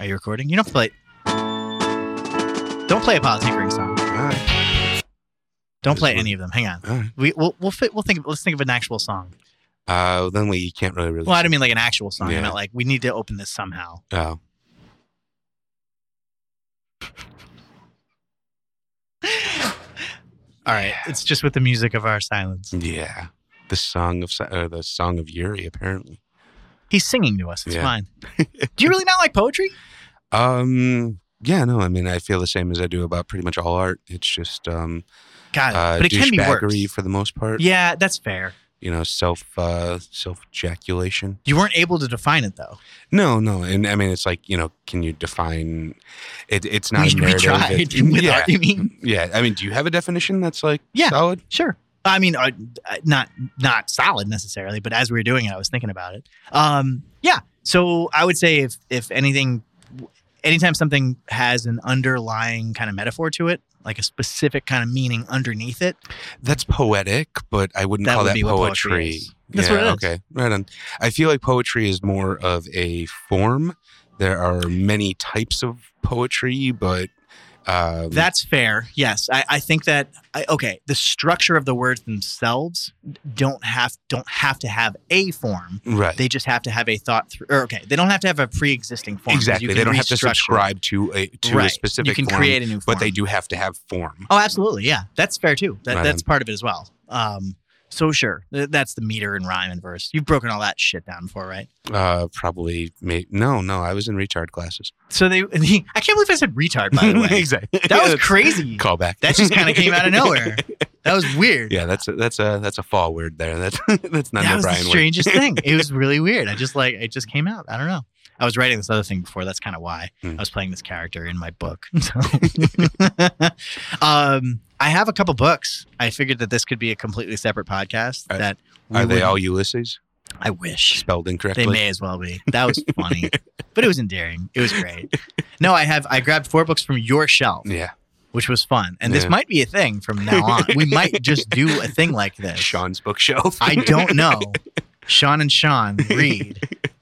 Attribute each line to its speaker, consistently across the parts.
Speaker 1: Are you recording? You don't play. Don't play a policy ring song.
Speaker 2: All right.
Speaker 1: Don't
Speaker 2: This
Speaker 1: play
Speaker 2: one.
Speaker 1: any of them. Hang on.
Speaker 2: All right.
Speaker 1: We we'll we'll, fit, we'll think. Let's think of an actual song.
Speaker 2: Uh, then we can't really really.
Speaker 1: Well, I don't mean like an actual song. I
Speaker 2: Yeah.
Speaker 1: meant like we need to open this somehow.
Speaker 2: Oh.
Speaker 1: All right. It's just with the music of our silence.
Speaker 2: Yeah. The song of Si- uh, the song of Yuri apparently.
Speaker 1: He's singing to us. It's
Speaker 2: Yeah.
Speaker 1: fine. Do you really not like poetry?
Speaker 2: Um. Yeah. No. I mean, I feel the same as I do about pretty much all art. It's just um.
Speaker 1: God,
Speaker 2: Uh,
Speaker 1: but it can be
Speaker 2: douchebaggery
Speaker 1: worse.
Speaker 2: for the most part.
Speaker 1: Yeah, that's fair.
Speaker 2: You know, self uh, self ejaculation.
Speaker 1: You weren't able to define it though.
Speaker 2: No, no, and I mean, it's like you know, can you define? It, it's not
Speaker 1: we,
Speaker 2: a
Speaker 1: we
Speaker 2: narrative.
Speaker 1: tried.
Speaker 2: It-
Speaker 1: with
Speaker 2: yeah.
Speaker 1: our- you mean?
Speaker 2: Yeah, I mean, do you have a definition that's like
Speaker 1: Yeah.
Speaker 2: solid?
Speaker 1: Sure. I mean, uh, uh, not not solid necessarily, but as we were doing it, I was thinking about it. Um, yeah. So I would say if if anything, anytime something has an underlying kind of metaphor to it, like a specific kind of meaning underneath it,
Speaker 2: That's poetic, but I wouldn't
Speaker 1: That
Speaker 2: call
Speaker 1: would
Speaker 2: that
Speaker 1: be what poetry
Speaker 2: poetry.
Speaker 1: is. That's what it is.
Speaker 2: Okay, right on. I feel like poetry is more of a form. There are many types of poetry, but um,
Speaker 1: that's fair. Yes, I, I think that I, okay. The structure of the words themselves don't have don't have to have a form.
Speaker 2: right.
Speaker 1: They just have to have a thought through. Or okay, they don't have to have a pre-existing form. 'cause
Speaker 2: exactly.
Speaker 1: you
Speaker 2: They
Speaker 1: can
Speaker 2: don't have to
Speaker 1: restructure it.
Speaker 2: subscribe to a to
Speaker 1: right.
Speaker 2: a specific
Speaker 1: You can
Speaker 2: form,
Speaker 1: create a new form,
Speaker 2: but they do have to have form.
Speaker 1: Oh, absolutely. Yeah, that's fair too. That,
Speaker 2: Right
Speaker 1: that's part of it as well. Um, so sure, Th- that's the meter and rhyme and verse. You've broken all that shit down before, right?
Speaker 2: Uh, probably. May- no, no. I was in retard classes.
Speaker 1: So they, I can't believe I said retard. By the way,
Speaker 2: exactly.
Speaker 1: that was crazy.
Speaker 2: Call back.
Speaker 1: That just kind of came out of nowhere. That was weird.
Speaker 2: Yeah, that's a, that's a that's a fall word there. That's that's not
Speaker 1: that
Speaker 2: an
Speaker 1: was
Speaker 2: O'Brien
Speaker 1: the
Speaker 2: word.
Speaker 1: strangest thing. It was really weird. I just like it just came out. I don't know. I was writing this other thing before. That's kind of why
Speaker 2: Hmm.
Speaker 1: I was playing this character in my book. So, um, I have a couple books. I figured that this could be a completely separate podcast.
Speaker 2: Are-
Speaker 1: that we
Speaker 2: Are they
Speaker 1: would-
Speaker 2: all Ulysses
Speaker 1: I wish.
Speaker 2: spelled incorrectly?
Speaker 1: They may as well be. That was funny, but it was endearing. It was great. No, I have I grabbed four books from your shelf,
Speaker 2: Yeah,
Speaker 1: which was fun, and this
Speaker 2: Yeah.
Speaker 1: might be a thing from now on. We might just do a thing like this.
Speaker 2: Sean's bookshelf.
Speaker 1: I don't know. Sean and Sean read,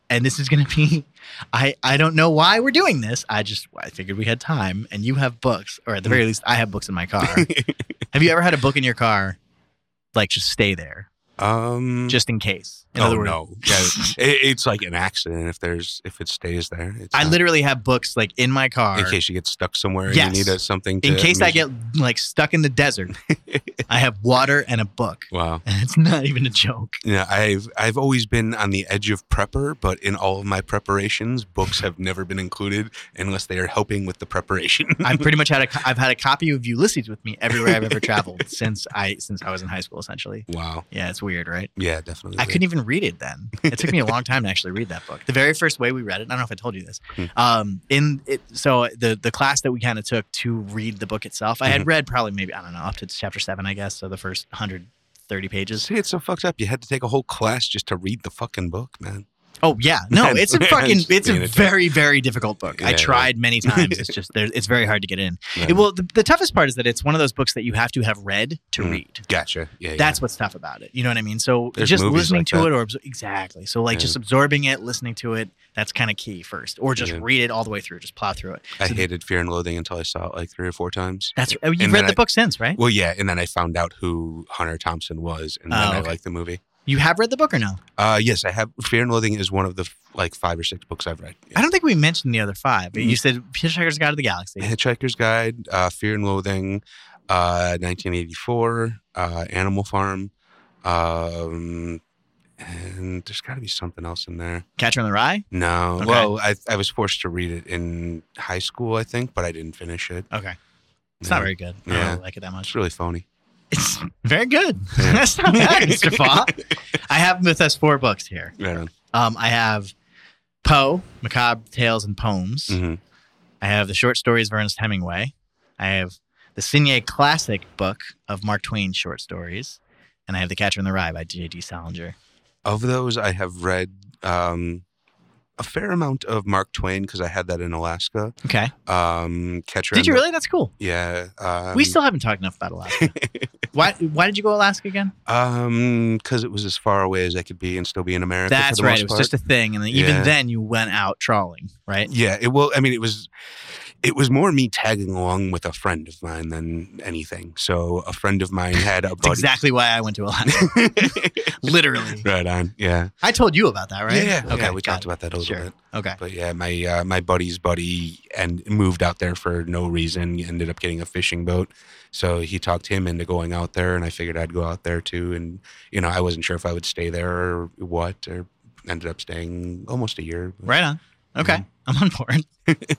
Speaker 1: and this is going to be. I I don't know why we're doing this. I just I figured we had time, and you have books, or at the
Speaker 2: Mm.
Speaker 1: very least, I have books in my car. have you ever had a book in your car, like just stay there,
Speaker 2: um,
Speaker 1: just in case? In
Speaker 2: oh
Speaker 1: other words,
Speaker 2: no, yeah, it, it's like an accident if there's if it stays there. It's
Speaker 1: I
Speaker 2: not-
Speaker 1: literally have books like in my car
Speaker 2: in case you get stuck somewhere
Speaker 1: Yes.
Speaker 2: and you need a, something. To
Speaker 1: in case I
Speaker 2: amuse you.
Speaker 1: get like stuck in the desert, I have water and a book.
Speaker 2: wow.
Speaker 1: And it's not even a joke.
Speaker 2: Yeah, I've I've always been on the edge of prepper, but in all of my preparations, books have never been included unless they are helping with the preparation.
Speaker 1: I've pretty much had a co- I've had a copy of Ulysses with me everywhere I've ever traveled since I since I was in high school essentially.
Speaker 2: wow.
Speaker 1: Yeah, it's weird, right?
Speaker 2: Yeah, definitely.
Speaker 1: I couldn't even read it then. It took me a long time to actually read that book. The very first way we read it, I don't know if I told you this.
Speaker 2: Hmm.
Speaker 1: Um, in it, so the the class that we kind of took to read the book itself, I
Speaker 2: Mm-hmm.
Speaker 1: had read probably maybe I don't know up to chapter seven, I guess. So the first hundred thirty pages.
Speaker 2: See, it's so fucked up. You had to take a whole class just to read the fucking book, man.
Speaker 1: Oh yeah, no, it's a
Speaker 2: Yeah,
Speaker 1: fucking,
Speaker 2: just
Speaker 1: it's
Speaker 2: being
Speaker 1: a
Speaker 2: a dick.
Speaker 1: very, very difficult book. I
Speaker 2: Yeah.
Speaker 1: tried many times. It's just there, it's very hard to get in.
Speaker 2: Yeah.
Speaker 1: Well, the, the toughest part is that it's one of those books that you have to have read to
Speaker 2: Mm.
Speaker 1: read.
Speaker 2: Gotcha. Yeah,
Speaker 1: That's what's tough about it. You know what I mean? So
Speaker 2: There's
Speaker 1: just
Speaker 2: movies
Speaker 1: listening
Speaker 2: like
Speaker 1: to
Speaker 2: that.
Speaker 1: it or absor- exactly. So like
Speaker 2: Yeah.
Speaker 1: just absorbing it, listening to it. That's kind of key first, or just
Speaker 2: Yeah.
Speaker 1: read it all the way through. Just plow through it.
Speaker 2: yeah. I hated Fear and Loathing until I saw it like three or four times.
Speaker 1: That's oh, you've
Speaker 2: And
Speaker 1: read
Speaker 2: then
Speaker 1: the
Speaker 2: I-
Speaker 1: book since, right?
Speaker 2: Well, yeah, and then I found out who Hunter Thompson was, and then
Speaker 1: Oh,
Speaker 2: I
Speaker 1: okay.
Speaker 2: liked the movie.
Speaker 1: You have read the book or no?
Speaker 2: Uh, yes, I have. Fear and Loathing is one of the like five or six books I've read.
Speaker 1: I don't think we mentioned the other five. but You
Speaker 2: Mm.
Speaker 1: said Hitchhiker's Guide to the Galaxy.
Speaker 2: Hitchhiker's Guide, uh, Fear and Loathing, uh, 1984, uh, Animal Farm, um, and there's got to be something else in there.
Speaker 1: Catcher in the Rye.
Speaker 2: No,
Speaker 1: Okay.
Speaker 2: well, I, I was forced to read it in high school, I think, but I didn't finish it.
Speaker 1: Okay, it's
Speaker 2: No.
Speaker 1: not very good. I don't
Speaker 2: Yeah.
Speaker 1: really like it that much.
Speaker 2: It's really phony.
Speaker 1: It's very good.
Speaker 2: Yeah.
Speaker 1: That's not bad, Mr. Faw. I have with us four books here.
Speaker 2: Right on.
Speaker 1: Um, I have Poe, Macabre Tales and Poems.
Speaker 2: Mhm.
Speaker 1: I have the short stories of Ernest Hemingway. I have the Signé Classic book of Mark Twain's short stories. And I have The Catcher in the Rye by J.D. Salinger.
Speaker 2: Of those, I have read um, a fair amount of Mark Twain because I had that in Alaska.
Speaker 1: Okay.
Speaker 2: Um, Catcher.
Speaker 1: Did
Speaker 2: in
Speaker 1: you
Speaker 2: the-
Speaker 1: really? That's cool.
Speaker 2: Yeah. Um,
Speaker 1: we still haven't talked enough about Alaska. Why Why did you go Alaska again?
Speaker 2: Um, because it was as far away as I could be and still be in America. for
Speaker 1: That's
Speaker 2: the
Speaker 1: right.
Speaker 2: most
Speaker 1: It was
Speaker 2: part.
Speaker 1: just a thing, and then, even
Speaker 2: Yeah.
Speaker 1: then you went out trawling, right?
Speaker 2: Yeah, it well, I mean, it was it was more me tagging along with a friend of mine than anything. So a friend of mine had a
Speaker 1: That's
Speaker 2: buddy.
Speaker 1: exactly why I went to Alaska. Literally,
Speaker 2: right on. Yeah.
Speaker 1: I told you about that, right?
Speaker 2: Yeah.
Speaker 1: Okay.
Speaker 2: yeah, we
Speaker 1: got
Speaker 2: talked about that a little
Speaker 1: Sure.
Speaker 2: bit.
Speaker 1: it. Okay.
Speaker 2: But yeah, my uh, my buddy's buddy and moved out there for no reason. Ended up getting a fishing boat, so he talked him into going out there, and I figured I'd go out there too. And you know, I wasn't sure if I would stay there or what, or ended up staying almost a year.
Speaker 1: Right on. Okay.
Speaker 2: Mhm.
Speaker 1: I'm on board.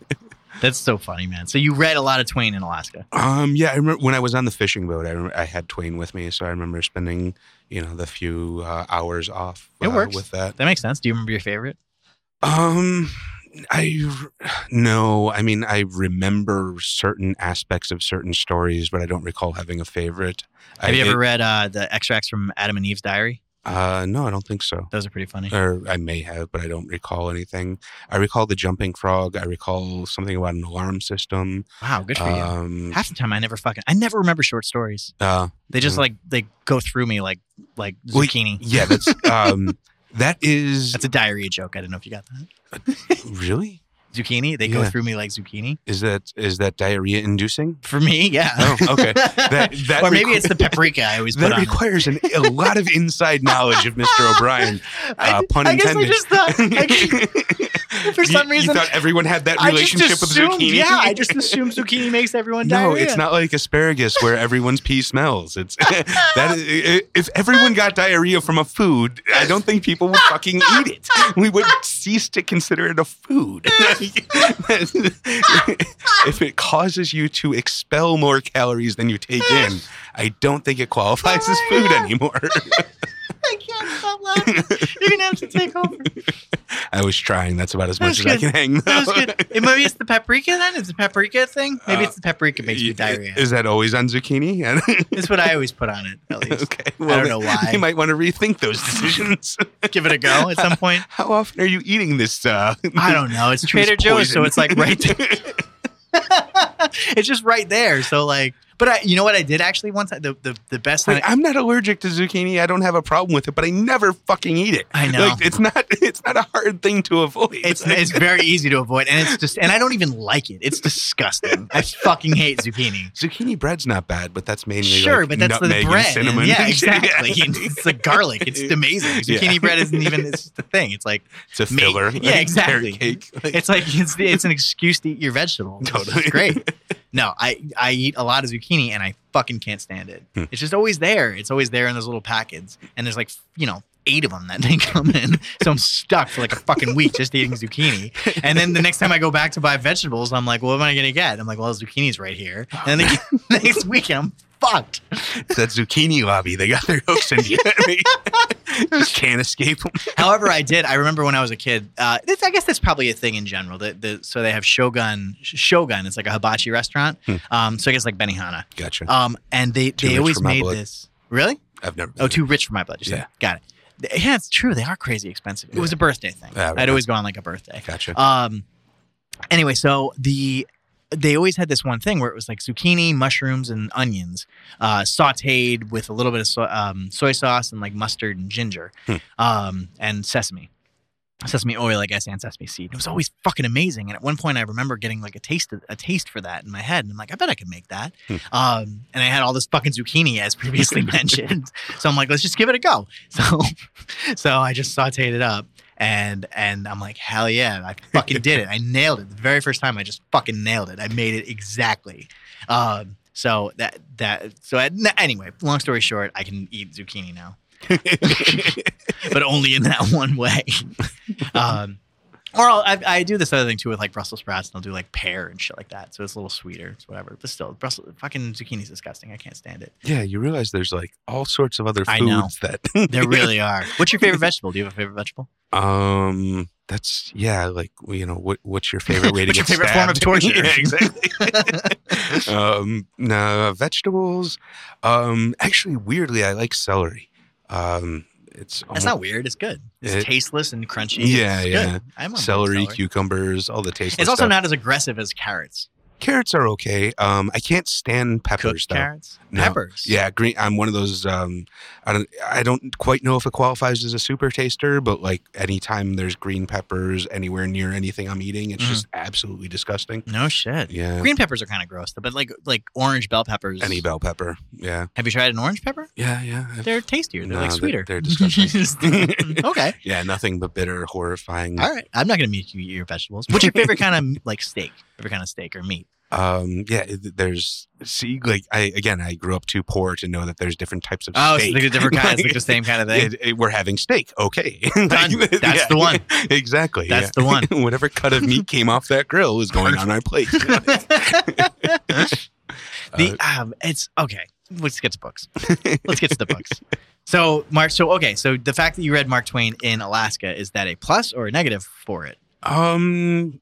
Speaker 1: That's so funny, man. So you read a lot of Twain in Alaska.
Speaker 2: Um, yeah, I remember when I was on the fishing boat, I, rem I had Twain with me, so I remember spending you know the few uh, hours off.
Speaker 1: It
Speaker 2: uh,
Speaker 1: works.
Speaker 2: with that.
Speaker 1: That makes sense. Do you remember your favorite?
Speaker 2: Um, I no, I mean I remember certain aspects of certain stories, but I don't recall having a favorite.
Speaker 1: Have
Speaker 2: I,
Speaker 1: you ever
Speaker 2: it-
Speaker 1: read uh, the extracts from Adam and Eve's diary?
Speaker 2: uh, no, I don't think so.
Speaker 1: Those are pretty funny.
Speaker 2: Or I may have, but I don't recall anything. I recall the jumping frog. I recall something about an alarm system.
Speaker 1: Wow, good for you.
Speaker 2: Um,
Speaker 1: Half the time, I never fucking, I never remember short stories.
Speaker 2: uh,
Speaker 1: They just
Speaker 2: Mhm.
Speaker 1: like they go through me like like
Speaker 2: Well, y-
Speaker 1: zucchini.
Speaker 2: yeah, that's um, that is
Speaker 1: That's a diarrhea joke. I don't know if you got that.
Speaker 2: really
Speaker 1: Zucchini. They go
Speaker 2: Yeah.
Speaker 1: through me like zucchini.
Speaker 2: is that is that diarrhea inducing?
Speaker 1: For me, yeah.
Speaker 2: Oh, okay. That, that
Speaker 1: or maybe
Speaker 2: requ-
Speaker 1: it's the paprika I always put
Speaker 2: that
Speaker 1: on. it.
Speaker 2: requires an, a lot of inside knowledge of Mr. O'Brien.
Speaker 1: I,
Speaker 2: Uh, pun
Speaker 1: I guess I
Speaker 2: intended.
Speaker 1: just thought. I, for
Speaker 2: You-
Speaker 1: some reason,
Speaker 2: you thought everyone had that
Speaker 1: I just
Speaker 2: relationship with
Speaker 1: assumed-
Speaker 2: zucchini.
Speaker 1: Yeah, I just assume zucchini makes everyone
Speaker 2: no,
Speaker 1: diarrhea.
Speaker 2: it's not like asparagus where everyone's pee smells. It's that is, if everyone got diarrhea from a food, I don't think people would fucking eat it. We would cease to consider it a food. if it causes you to expel more calories than you take in, I don't think it qualifies
Speaker 1: Oh
Speaker 2: as food anymore.
Speaker 1: I can't stop laughing. You're gonna have to take over.
Speaker 2: I was trying. That's about as
Speaker 1: That
Speaker 2: much
Speaker 1: was
Speaker 2: as I
Speaker 1: good.
Speaker 2: can hang.
Speaker 1: That was
Speaker 2: though.
Speaker 1: good. Eh, Maybe it's the paprika then. It's the paprika thing. Maybe
Speaker 2: Uh,
Speaker 1: it's the paprika makes me
Speaker 2: Y-
Speaker 1: diarrhea.
Speaker 2: Is that always on zucchini?
Speaker 1: That's what I always put on it. At least
Speaker 2: okay.
Speaker 1: I
Speaker 2: then
Speaker 1: don't know why.
Speaker 2: You might want to rethink those decisions.
Speaker 1: Give it a go at some point.
Speaker 2: How often are you eating this? Uh,
Speaker 1: I don't know. It's Trader Joe's, so
Speaker 2: poison.
Speaker 1: it's like right there. it's just right there. So like, but I, you know what I did actually one time. The the, the best thing.
Speaker 2: Like, I'm not allergic to zucchini. I don't have a problem with it, but I never fucking eat it.
Speaker 1: I know.
Speaker 2: Like, it's not. It's not a hard thing to avoid.
Speaker 1: It's it's very easy to avoid, and it's just and I don't even like it. It's disgusting. I fucking hate zucchini.
Speaker 2: zucchini bread's not bad, but that's mainly
Speaker 1: Sure,
Speaker 2: like
Speaker 1: but that's the
Speaker 2: nutmeg and
Speaker 1: bread. and-
Speaker 2: cinnamon.
Speaker 1: yeah, exactly.
Speaker 2: Yeah.
Speaker 1: It's the garlic. It's amazing.
Speaker 2: Yeah.
Speaker 1: Zucchini bread isn't even it's just a thing. It's like
Speaker 2: It's a
Speaker 1: meat.
Speaker 2: filler.
Speaker 1: Yeah,
Speaker 2: like
Speaker 1: exactly.
Speaker 2: carrot Cake. Like,
Speaker 1: it's like it's it's an excuse to eat your vegetable. It's just
Speaker 2: Totally.
Speaker 1: great. No, I I eat a lot of zucchini and I fucking can't stand it.
Speaker 2: Hmm.
Speaker 1: It's just always there. It's always there in those little packets, and there's like you know. Eight of them that they come in, so I'm stuck for like a fucking week just eating zucchini. And then the next time I go back to buy vegetables, I'm like, "What am I gonna get?" I'm like, "Well, zucchini's right here." And then the next week, I'm fucked.
Speaker 2: it's that zucchini lobby. They got their hooks in you. Just can't escape them.
Speaker 1: However, I did. I remember when I was a kid. Uh, this, I guess that's probably a thing in general. The, the, so they have Shogun. Sh- Shogun. It's like a hibachi restaurant.
Speaker 2: Hmm.
Speaker 1: Um, so I guess like Benihana.
Speaker 2: Gotcha.
Speaker 1: Um, and they
Speaker 2: Too
Speaker 1: they
Speaker 2: rich
Speaker 1: always
Speaker 2: for my
Speaker 1: made
Speaker 2: blood.
Speaker 1: this. Really?
Speaker 2: I've never. Been
Speaker 1: Oh,
Speaker 2: there.
Speaker 1: too rich for my blood. you said.
Speaker 2: Yeah.
Speaker 1: Got it. Th- Yeah, it's true. They are crazy expensive. It was a birthday thing.
Speaker 2: Yeah, right.
Speaker 1: I'd always go on like a birthday.
Speaker 2: Gotcha.
Speaker 1: Um. Anyway, so the they always had this one thing where it was like zucchini, mushrooms, and onions, uh, sautéed with a little bit of so, um, soy sauce and like mustard and ginger,
Speaker 2: Hmm.
Speaker 1: um, and sesame, sesame oil, I guess, and sesame seed. It was always fucking amazing. And at one point, I remember getting like a taste of, a taste for that in my head, and I'm like, I bet I could make that.
Speaker 2: Hmm.
Speaker 1: Um, and I had all this fucking zucchini, as previously mentioned. So I'm like, let's just give it a go. So, so I just sautéed it up and and I'm like, hell yeah, I fucking did it. I nailed it the very first time. I just fucking nailed it. I made it exactly. Um, so that that so I, n- anyway, long story short, I can eat zucchini now, but only in that one way. um, or I'll, I, I do this other thing too with like Brussels sprouts, and I'll do like pear and shit like that. So it's a little sweeter, it's whatever. But still, Brussels fucking zucchini's disgusting. I can't stand it.
Speaker 2: yeah, you realize there's like all sorts of other
Speaker 1: I know.
Speaker 2: foods that
Speaker 1: There really are. What's your favorite vegetable? Do you have a favorite vegetable?
Speaker 2: Um, that's yeah. Like you know, what what's your favorite way to
Speaker 1: What's
Speaker 2: get
Speaker 1: your favorite form of torture?
Speaker 2: stabbed? yeah, exactly. um, no vegetables. Um, actually, weirdly, I like celery. Um, it's
Speaker 1: That's not weird. It's good. It's
Speaker 2: It-
Speaker 1: tasteless and crunchy.
Speaker 2: Yeah,
Speaker 1: It's good.
Speaker 2: yeah.
Speaker 1: I'm on board with
Speaker 2: celery, cucumbers, all the taste.
Speaker 1: It's also not as aggressive as carrots.
Speaker 2: Carrots are okay. Um, I can't stand peppers
Speaker 1: Cooked
Speaker 2: though.
Speaker 1: carrots,
Speaker 2: No.
Speaker 1: peppers.
Speaker 2: Yeah, green. I'm one of those. Um, I don't. I don't quite know if it qualifies as a super taster, but like anytime there's green peppers anywhere near anything I'm eating, it's
Speaker 1: Mhm.
Speaker 2: just absolutely disgusting.
Speaker 1: No shit.
Speaker 2: Yeah.
Speaker 1: Green peppers are kind of gross, but like like orange bell peppers.
Speaker 2: Any bell pepper. Yeah.
Speaker 1: Have you tried an orange pepper?
Speaker 2: Yeah. Yeah. I've-
Speaker 1: They're tastier. They're
Speaker 2: No,
Speaker 1: like
Speaker 2: they're-
Speaker 1: sweeter.
Speaker 2: they're disgusting.
Speaker 1: Just- okay.
Speaker 2: yeah. Nothing but bitter, horrifying.
Speaker 1: All right. I'm not gonna make you eat your vegetables. What's your favorite kind of like steak? Favorite kind of steak or meat?
Speaker 2: Um. Yeah. it- There's. See, like I again, I grew up too poor to know that there's different types of
Speaker 1: Oh,
Speaker 2: steak.
Speaker 1: so like the different kinds, like the
Speaker 2: Like,
Speaker 1: same kind of thing.
Speaker 2: It- it- we're having steak. Okay.
Speaker 1: Done. That's the one.
Speaker 2: Exactly.
Speaker 1: That's the one.
Speaker 2: the whatever cut of meat came off that grill is going on our plate.
Speaker 1: the
Speaker 2: Uh,
Speaker 1: um, it's okay. Let's get to books. Let's get to the books. So Mark, so okay, so the fact that you read Mark Twain in Alaska is that a plus or a negative for it?
Speaker 2: Um.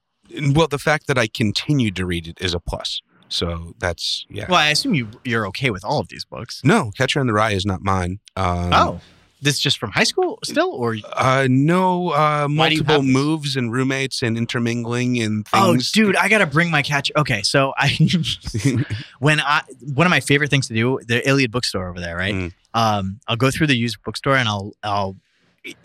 Speaker 2: Well, the fact that I continued to read it is a plus. So that's yeah.
Speaker 1: Well, I assume you you're okay with all of these books.
Speaker 2: No, Catcher in the Rye is not mine. Um,
Speaker 1: oh, this is just from high school still, or
Speaker 2: Uh, no, uh,
Speaker 1: Why do you
Speaker 2: multiple
Speaker 1: have this?
Speaker 2: moves and roommates and intermingling and
Speaker 1: Oh,
Speaker 2: things.
Speaker 1: dude, I gotta bring my catch. Okay, so I when I one of my favorite things to do the Iliad bookstore over there, right?
Speaker 2: Mm.
Speaker 1: Um, I'll go through the used bookstore and I'll I'll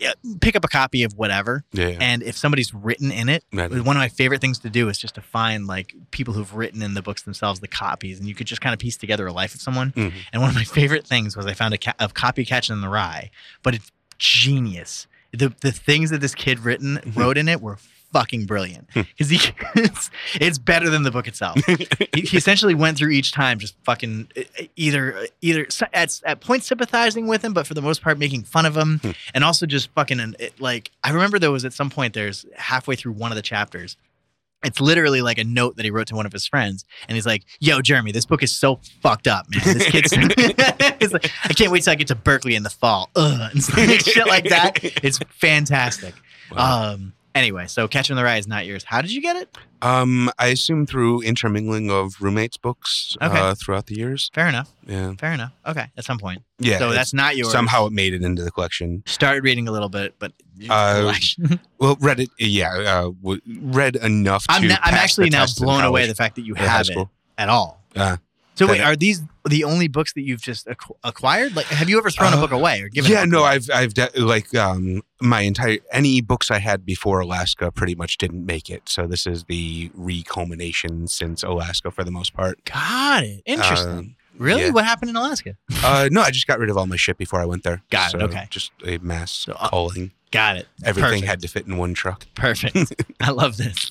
Speaker 1: eh, pick up a copy of whatever,
Speaker 2: Yeah.
Speaker 1: and if somebody's written in it,
Speaker 2: That is-
Speaker 1: one of my favorite things to do is just to find like people who've written in the books themselves, the copies, and you could just kind of piece together a life of someone.
Speaker 2: Mhm.
Speaker 1: And one of my favorite things was I found a, ca- a copy Catching in the Rye, but it's genius. The the things that this kid written wrote in it were fucking brilliant because he it's, it's better than the book itself. he, he essentially went through each time just fucking e- either either s- at at points sympathizing with him, but for the most part making fun of him,
Speaker 2: Hmm.
Speaker 1: and also just fucking an- it, like I remember there was at some point there's halfway through one of the chapters. It's literally like a note that he wrote to one of his friends, and he's like, "Yo, Jeremy, this book is so fucked up, man. This kid's It's like, I can't wait till I get to Berkeley in the fall. Ugh, and shit like that. It's fantastic.
Speaker 2: Wow.
Speaker 1: Um, anyway, so Catcher in the Rye is not yours. How did you get it?
Speaker 2: um, I assume through intermingling of roommates' books
Speaker 1: Okay.
Speaker 2: uh, throughout the years.
Speaker 1: Fair enough.
Speaker 2: Yeah.
Speaker 1: Fair enough. Okay, at some point.
Speaker 2: Yeah.
Speaker 1: so
Speaker 2: it's-
Speaker 1: that's not yours.
Speaker 2: somehow it made it into the collection.
Speaker 1: started reading a little bit, but
Speaker 2: Uh, Well, read it. Yeah. Uh, w- read enough.
Speaker 1: I'm
Speaker 2: to
Speaker 1: na- I'm
Speaker 2: pass
Speaker 1: actually
Speaker 2: the
Speaker 1: now
Speaker 2: test in
Speaker 1: blown away
Speaker 2: college
Speaker 1: the fact that you
Speaker 2: or high
Speaker 1: have it
Speaker 2: school.
Speaker 1: at all.
Speaker 2: Yeah.
Speaker 1: so wait,
Speaker 2: That-
Speaker 1: are these the only books that you've just ac- acquired? Like, have you ever thrown a
Speaker 2: Uh,
Speaker 1: book away or given? a
Speaker 2: yeah,
Speaker 1: book
Speaker 2: no,
Speaker 1: away?
Speaker 2: I've I've de- like um my entire any books I had before Alaska pretty much didn't make it. So this is the re-culmination since Alaska for the most part.
Speaker 1: got it. Interesting. really,
Speaker 2: Uh, yeah.
Speaker 1: what happened in Alaska?
Speaker 2: Uh, uh, no, I just got rid of all my shit before I went there.
Speaker 1: Got it,
Speaker 2: So
Speaker 1: okay.
Speaker 2: Just a mass
Speaker 1: So, uh,
Speaker 2: culling.
Speaker 1: Got it.
Speaker 2: Everything
Speaker 1: perfect.
Speaker 2: had to fit in one truck.
Speaker 1: Perfect. I love this.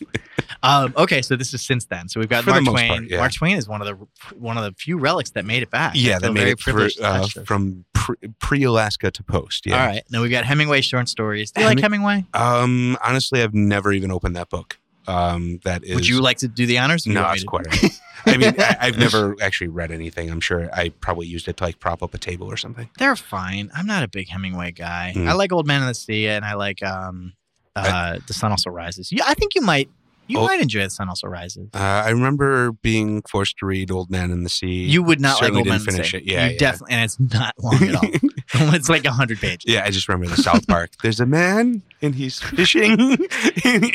Speaker 1: Um, okay, so this is since then. So we've got
Speaker 2: For the
Speaker 1: Mark
Speaker 2: most
Speaker 1: Twain.
Speaker 2: part, yeah.
Speaker 1: Mark Twain is one of the one of the few relics that made it back.
Speaker 2: Yeah,
Speaker 1: I feel
Speaker 2: that made
Speaker 1: very
Speaker 2: it through,
Speaker 1: privileged to
Speaker 2: uh,
Speaker 1: touch this.
Speaker 2: from pre- pre-Alaska to post. Yeah.
Speaker 1: All right. Now we've got Hemingway short stories. Do you like Hemingway?
Speaker 2: Um, honestly, I've never even opened that book. Um, that is.
Speaker 1: Would you like to do the honors? or do you
Speaker 2: No,
Speaker 1: want me
Speaker 2: it's
Speaker 1: to-
Speaker 2: quite. all right. I mean, I, I've never actually read anything. I'm sure I probably used it to like prop up a table or something.
Speaker 1: They're fine. I'm not a big Hemingway guy.
Speaker 2: Mm.
Speaker 1: I like Old Man in the Sea and I like um uh The Sun Also Rises. Yeah, I think you might you
Speaker 2: Oh.
Speaker 1: might enjoy The Sun Also Rises.
Speaker 2: Uh, I remember being forced to read Old Man in the Sea.
Speaker 1: You would not like
Speaker 2: certainly
Speaker 1: Old Man in
Speaker 2: didn't
Speaker 1: the
Speaker 2: finish
Speaker 1: Sea.
Speaker 2: it. Yeah,
Speaker 1: you
Speaker 2: yeah.
Speaker 1: definitely and it's not long at all. it's like hundred pages.
Speaker 2: yeah, I just remember the South Park. There's a man and he's fishing.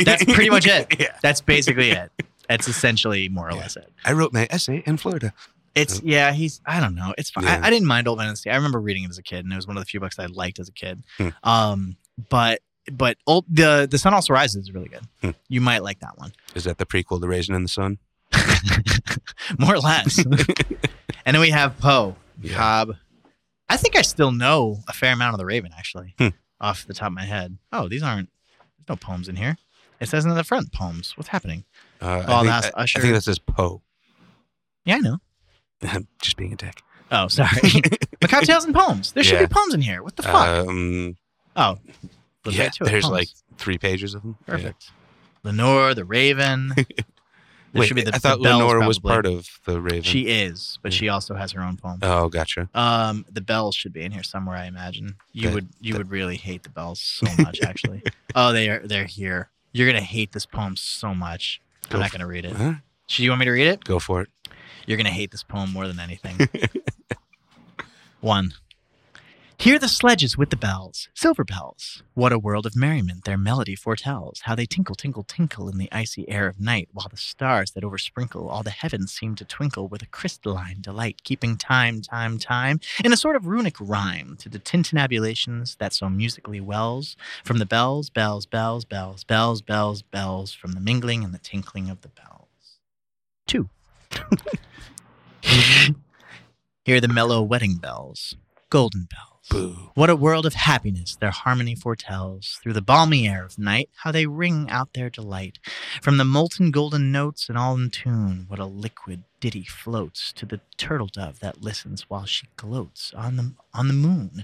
Speaker 2: That's
Speaker 1: pretty much it.
Speaker 2: Yeah.
Speaker 1: That's basically it. That's essentially more or
Speaker 2: Yeah.
Speaker 1: less it.
Speaker 2: I wrote my essay in Florida.
Speaker 1: It's yeah, he's I don't know. It's fine.
Speaker 2: Yeah.
Speaker 1: I, I didn't mind Old Man and the Sea. I remember reading it as a kid, and it was one of the few books I liked as a kid.
Speaker 2: Hmm.
Speaker 1: Um, but but old the the Sun Also Rises is really good.
Speaker 2: Hmm.
Speaker 1: You might like that one
Speaker 2: Is that the prequel to Raisin in the Sun?
Speaker 1: more or less. and then we have Poe
Speaker 2: Yeah.
Speaker 1: Cobb. I think I still know a fair amount of the Raven actually,
Speaker 2: Hmm.
Speaker 1: off the top of my head. Oh, these aren't there's no poems in here. It says in the front poems. What's happening?
Speaker 2: Uh,
Speaker 1: Oh,
Speaker 2: I, think,
Speaker 1: that's
Speaker 2: I- I
Speaker 1: Usher.
Speaker 2: think that says Poe.
Speaker 1: Yeah, I know.
Speaker 2: I'm just being a dick.
Speaker 1: Oh, sorry. Macabre Tales and Poems. There should
Speaker 2: Yeah.
Speaker 1: be poems in here. What the fuck?
Speaker 2: Um,
Speaker 1: Oh, let's
Speaker 2: yeah,
Speaker 1: get to it.
Speaker 2: there's
Speaker 1: Poems.
Speaker 2: like three pages of them. Yeah.
Speaker 1: perfect. Lenore, the Raven. There
Speaker 2: Wait,
Speaker 1: should be the,
Speaker 2: I thought
Speaker 1: the bells,
Speaker 2: Lenore was
Speaker 1: probably.
Speaker 2: part of the Raven.
Speaker 1: She is, but
Speaker 2: Yeah.
Speaker 1: she also has her own poem.
Speaker 2: oh, gotcha.
Speaker 1: Um, the bells should be in here somewhere, I imagine. You
Speaker 2: That-
Speaker 1: would you
Speaker 2: that-
Speaker 1: would really hate the bells so much, actually. oh, they are they're here. You're gonna hate this poem so much.
Speaker 2: Go
Speaker 1: I'm not
Speaker 2: f-
Speaker 1: gonna read it.
Speaker 2: Huh?
Speaker 1: Should you want me to read it?
Speaker 2: Go for it.
Speaker 1: You're going to hate this poem more than anything. One. Hear the sledges with the bells, silver bells. What a world of merriment their melody foretells. How they tinkle, tinkle, tinkle in the icy air of night, while the stars that oversprinkle all the heavens seem to twinkle with a crystalline delight, keeping time, time, time in a sort of runic rhyme to the tintinabulations that so musically wells from the bells, bells, bells, bells, bells, bells, bells, from the mingling and the tinkling of the bells. Two. Hear the mellow wedding bells, golden bells.
Speaker 2: Boo.
Speaker 1: What a world of happiness their harmony foretells. Through the balmy air of night, how they ring out their delight. From the molten golden notes and all in tune, what a liquid ditty floats to the turtle dove that listens while she gloats on the on the moon.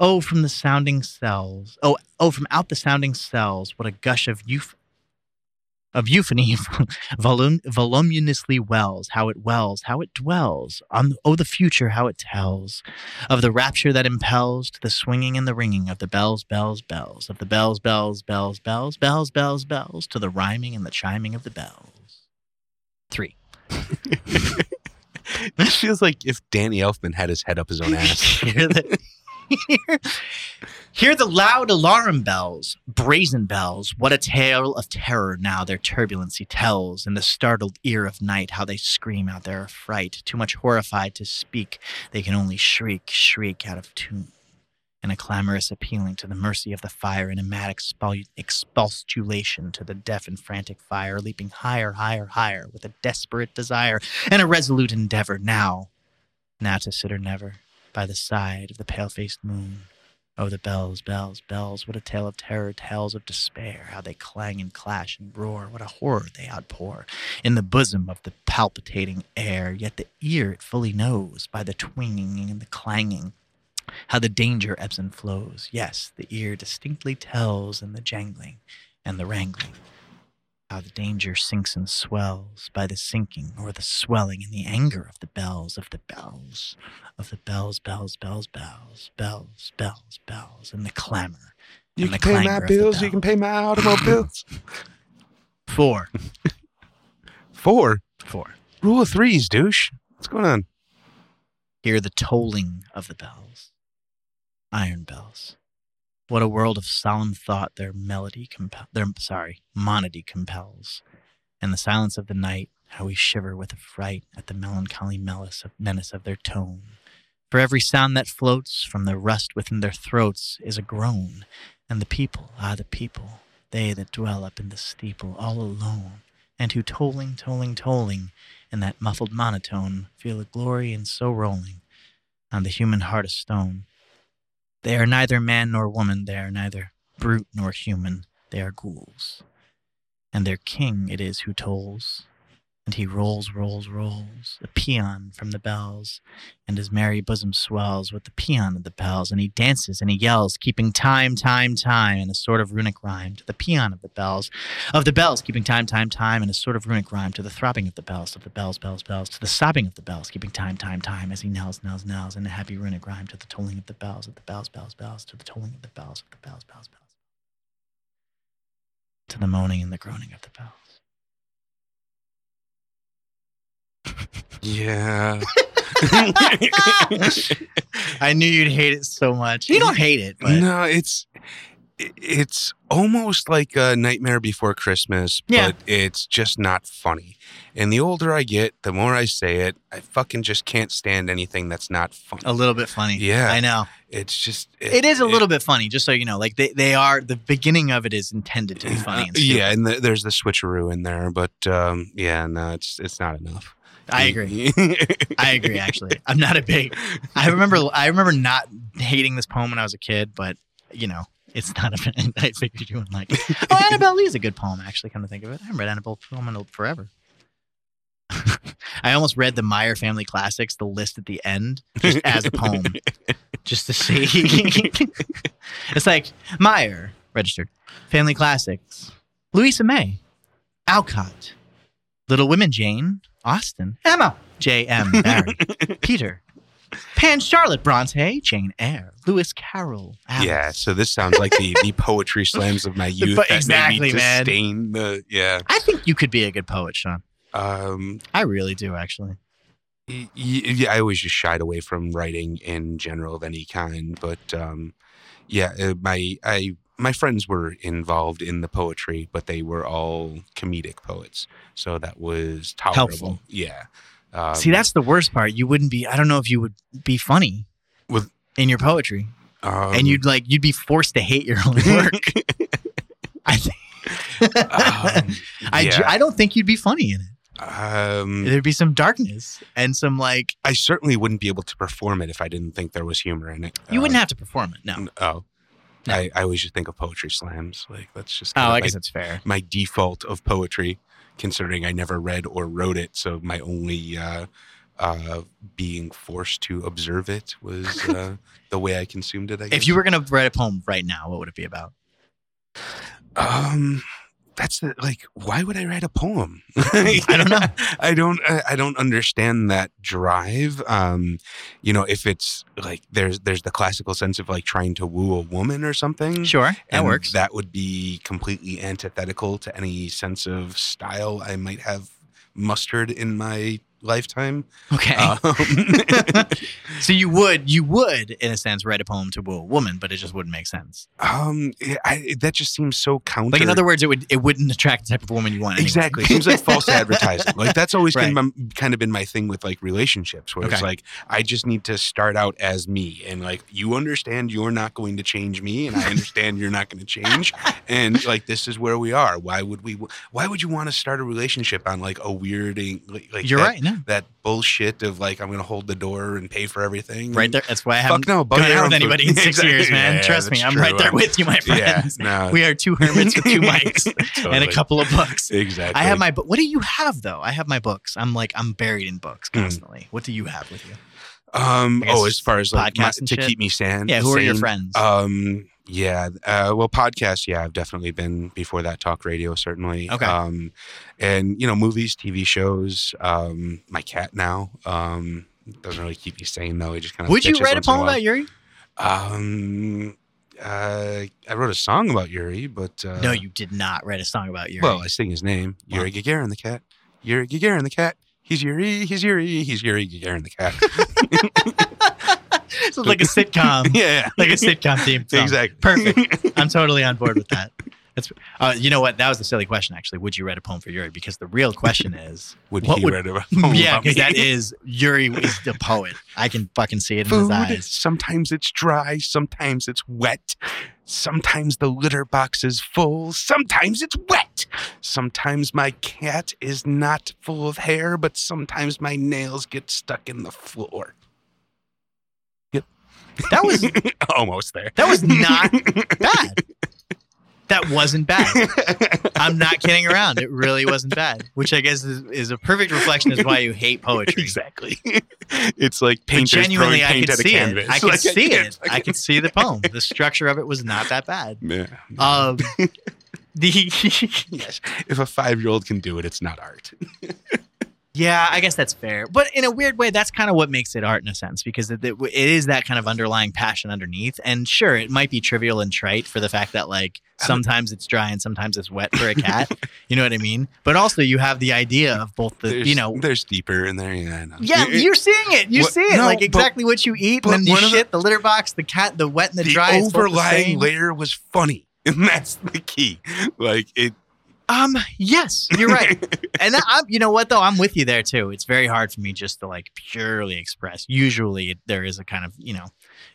Speaker 1: Oh, from the sounding cells. Oh, oh, from out the sounding cells, what a gush of euph of euphony volum- voluminously wells, how it wells, how it dwells on oh the future, how it tells of the rapture that impels to the swinging and the ringing of the bells, bells, bells, of the bells, bells, bells, bells, bells, bells, bells, to the rhyming and the chiming of the bells. Three.
Speaker 2: This feels like if Danny Elfman had his head up his own ass.
Speaker 1: hear, the, hear, hear the loud alarm bells, brazen bells. What a tale of terror now their turbulency tells in the startled ear of night. How they scream out their affright, too much horrified to speak. They can only shriek, shriek out of tune. And a clamorous appealing to the mercy of the fire, an emmatic spol- expostulation to the deaf and frantic fire, leaping higher, higher, higher, with a desperate desire and a resolute endeavor now, now to sit or never by the side of the pale faced moon. Oh, the bells, bells, bells, what a tale of terror, tales of despair, how they clang and clash and roar, what a horror they outpour in the bosom of the palpitating air, yet the ear it fully knows by the twinging and the clanging. How the danger ebbs and flows. Yes, the ear distinctly tells in the jangling and the wrangling how the danger sinks and swells by the sinking or the swelling and the anger of the bells of the bells of the bells bells bells bells bells bells bells and the clamor
Speaker 2: You
Speaker 1: and the
Speaker 2: can pay my
Speaker 1: clangor of the
Speaker 2: bills. You
Speaker 1: bell.
Speaker 2: can pay my automobiles.
Speaker 1: four
Speaker 2: Four.
Speaker 1: four
Speaker 2: Rule of threes, douche. What's going on?
Speaker 1: hear the tolling of the bells iron bells what a world of solemn thought their melody compel their sorry monody compels and the silence of the night how we shiver with affright at the melancholy menace of, menace of their tone for every sound that floats from the rust within their throats is a groan and the people ah the people they that dwell up in the steeple all alone and who tolling tolling tolling in that muffled monotone, feel a glory and so rolling on the human heart of stone. They are neither man nor woman, they are neither brute nor human, they are ghouls. And their king it is who tolls, and he rolls, rolls, rolls, a peon from the bells, and his merry bosom swells with the peon of the bells, and he dances and he yells, keeping time, time, time, in a sort of runic rhyme to the peon of the bells, of the bells, keeping time, time, time, in a sort of runic rhyme to the throbbing of the bells, of the bells, bells, bells, to the sobbing of the bells, keeping time, time, time, as he knells, knells, knells, in a happy runic rhyme to the tolling of the bells, of the bells, bells, bells, to the tolling of the bells, of the bells, bells, bells, to the moaning and the groaning of the bells.
Speaker 2: Yeah.
Speaker 1: I knew you'd hate it so much. You don't hate it, but
Speaker 2: no, it's i- it's almost like a Nightmare Before Christmas,
Speaker 1: Yeah.
Speaker 2: but it's just not funny. And the older I get, the more I say it, I fucking just can't stand anything that's not funny.
Speaker 1: a little bit funny.
Speaker 2: Yeah.
Speaker 1: I know.
Speaker 2: It's just
Speaker 1: It is a little bit funny, just so you know. Like they, they are the beginning of it is intended to be funny.
Speaker 2: Uh,
Speaker 1: And stupid.
Speaker 2: yeah, and the, there's the switcheroo in there, but um, yeah, no, it's it's not enough.
Speaker 1: I agree. I agree. Actually, I'm not a big. I remember. I remember not hating this poem when I was a kid, but you know, it's not a. I figured you wouldn't like. It. Oh, Annabelle Lee is a good poem. Actually, come to think of it, I haven't read Annabelle poem in forever. I almost read the Meyer Family Classics, the list at the end, just as a poem, just to see. it's like Meyer registered, Family Classics, Louisa May, Alcott, Little Women, Jane Austen, Emma, J. M. Barrie. Peter. Pan Charlotte Bronte, Jane Eyre, Lewis Carroll. Alice.
Speaker 2: yeah, so this sounds like the, the poetry slams of my youth.
Speaker 1: But
Speaker 2: that made me
Speaker 1: exactly, man.
Speaker 2: disdain the yeah.
Speaker 1: I think you could be a good poet, Sean.
Speaker 2: Um,
Speaker 1: I really do, actually.
Speaker 2: y- yeah, I always just shied away from writing in general of any kind. But um, yeah, uh, my I my friends were involved in the poetry, but they were all comedic poets, so that was tolerable.
Speaker 1: Helpful.
Speaker 2: Yeah. Um,
Speaker 1: See, that's the worst part. You wouldn't be. I don't know if you would be funny
Speaker 2: With-
Speaker 1: in your poetry,
Speaker 2: um,
Speaker 1: and you'd like you'd be forced to hate your own work. I think.
Speaker 2: um,
Speaker 1: I, ju-
Speaker 2: yeah,
Speaker 1: I don't think you'd be funny in it.
Speaker 2: um,
Speaker 1: There'd be some darkness and some like
Speaker 2: I certainly wouldn't be able to perform it if I didn't think there was humor in it.
Speaker 1: you wouldn't have to perform it. No.
Speaker 2: N- Oh, I, I always just think of poetry slams. Like that's just
Speaker 1: Oh,
Speaker 2: kinda
Speaker 1: I
Speaker 2: my,
Speaker 1: guess that's fair.
Speaker 2: my default of poetry, considering I never read or wrote it. So my only uh, uh, being forced to observe it was uh, the way I consumed it. I guess.
Speaker 1: If you were gonna write a poem right now, what would it be about?
Speaker 2: um, that's the, like, why would I write a poem?
Speaker 1: I don't know.
Speaker 2: I don't I I don't understand that drive. Um, you know, if it's like there's there's the classical sense of like trying to woo a woman or something.
Speaker 1: Sure, that
Speaker 2: and
Speaker 1: works.
Speaker 2: That would be completely antithetical to any sense of style I might have mustered in my lifetime.
Speaker 1: okay.
Speaker 2: uh, Um,
Speaker 1: so you would you would in a sense write a poem to woo a woman, but it just wouldn't make sense.
Speaker 2: um, I, that just seems so counter.
Speaker 1: Like in other words, it would it wouldn't attract the type of woman you want. Anyway.
Speaker 2: Exactly. It seems like false advertising. Like that's always
Speaker 1: Right.
Speaker 2: kind, of, kind of been my thing with like relationships where it's
Speaker 1: Okay.
Speaker 2: like, I just need to start out as me. And like, you understand you're not going to change me and I understand you're not going to change. And like, this is where we are. Why would we, why would you want to start a relationship on like a weirding, like, like
Speaker 1: You're
Speaker 2: that,
Speaker 1: right. No,
Speaker 2: that bullshit of like, I'm going to hold the door and pay for everything.
Speaker 1: right there. That's why I haven't
Speaker 2: Mm. Fuck no. bug
Speaker 1: gone
Speaker 2: your
Speaker 1: out
Speaker 2: own
Speaker 1: with
Speaker 2: food.
Speaker 1: anybody in six
Speaker 2: Exactly.
Speaker 1: years, man.
Speaker 2: Yeah,
Speaker 1: Trust me,
Speaker 2: that's
Speaker 1: I'm
Speaker 2: true.
Speaker 1: right there
Speaker 2: Um,
Speaker 1: with you, my
Speaker 2: Yeah.
Speaker 1: friends.
Speaker 2: No.
Speaker 1: We are two hermits with two mics and a
Speaker 2: Totally.
Speaker 1: couple of books.
Speaker 2: Exactly.
Speaker 1: I have my book. What do you have though? I have my books. I'm like I'm buried in books
Speaker 2: Hmm.
Speaker 1: constantly. What do you have with you?
Speaker 2: Um.
Speaker 1: I guess
Speaker 2: Oh, as far as like my,
Speaker 1: podcasts and
Speaker 2: to
Speaker 1: shit?
Speaker 2: keep me sane.
Speaker 1: Yeah, who are your
Speaker 2: sane,
Speaker 1: friends?
Speaker 2: Um. Yeah. Uh, well, podcasts. Yeah, I've definitely been before that. Talk radio, certainly.
Speaker 1: Okay.
Speaker 2: Um, and you know, movies, TV shows. Um, my cat now. Um, doesn't really keep me sane though. He just kind of.
Speaker 1: Would you write a poem about Yuri?
Speaker 2: Um. Uh, I wrote a song about Yuri, but uh,
Speaker 1: no, you did not write a song about Yuri.
Speaker 2: Well, I sing his name,
Speaker 1: Wow.
Speaker 2: Yuri Gagarin the cat. Yuri Gagarin the cat. He's Yuri. He's Yuri. He's Yuri Gagarin the cat.
Speaker 1: This is like a sitcom,
Speaker 2: yeah.
Speaker 1: like a sitcom theme. song.
Speaker 2: Exactly.
Speaker 1: Perfect. I'm totally on board with that. That's, uh, you know what? That was a silly question, actually. Would you write a poem for Yuri? Because the real question is,
Speaker 2: Would
Speaker 1: What
Speaker 2: he
Speaker 1: would-
Speaker 2: write about
Speaker 1: yeah,
Speaker 2: about me?
Speaker 1: because that is Yuri is the poet. I can fucking see it in his
Speaker 2: food.
Speaker 1: eyes.
Speaker 2: Sometimes it's dry, sometimes it's wet. Sometimes the litter box is full, sometimes it's wet. Sometimes my cat is not full of hair, but sometimes my nails get stuck in the floor.
Speaker 1: That was
Speaker 2: Almost there.
Speaker 1: that was not bad. That wasn't bad. I'm not kidding around. It really wasn't bad. Which I guess is, is a perfect reflection as why you hate poetry.
Speaker 2: exactly. It's like
Speaker 1: But
Speaker 2: painters
Speaker 1: genuinely,
Speaker 2: throwing
Speaker 1: I
Speaker 2: paint
Speaker 1: could
Speaker 2: at a
Speaker 1: see
Speaker 2: canvas.
Speaker 1: it. I could
Speaker 2: Like,
Speaker 1: see
Speaker 2: can't-
Speaker 1: it. I could see the poem. The structure of it was not that bad.
Speaker 2: can't- Yeah.
Speaker 1: Um, the
Speaker 2: yes. If a five-year-old can do it, it's not art.
Speaker 1: Yeah, I guess that's fair. But in a weird way, that's kind of what makes it art in a sense because it, it is that kind of underlying passion underneath. And sure, it might be trivial and trite for the fact that like sometimes it's dry and sometimes it's wet for a cat. you know what I mean? But also you have the idea of both the,
Speaker 2: there's,
Speaker 1: you know,
Speaker 2: there's deeper in there. Yeah, I know.
Speaker 1: yeah, you're seeing it. You
Speaker 2: What-
Speaker 1: see it
Speaker 2: no,
Speaker 1: like
Speaker 2: but-
Speaker 1: exactly what you eat
Speaker 2: but
Speaker 1: and then you
Speaker 2: one of the-
Speaker 1: shit, the, litter box, the cat, the wet and the,
Speaker 2: the
Speaker 1: dry. it's both the
Speaker 2: overlying
Speaker 1: same.
Speaker 2: layer was funny and that's the key like it
Speaker 1: Um, yes, you're right. and I- I'm, you know what though, I'm with you there too. It's very hard for me just to like purely express. Usually, it- there is a kind of you know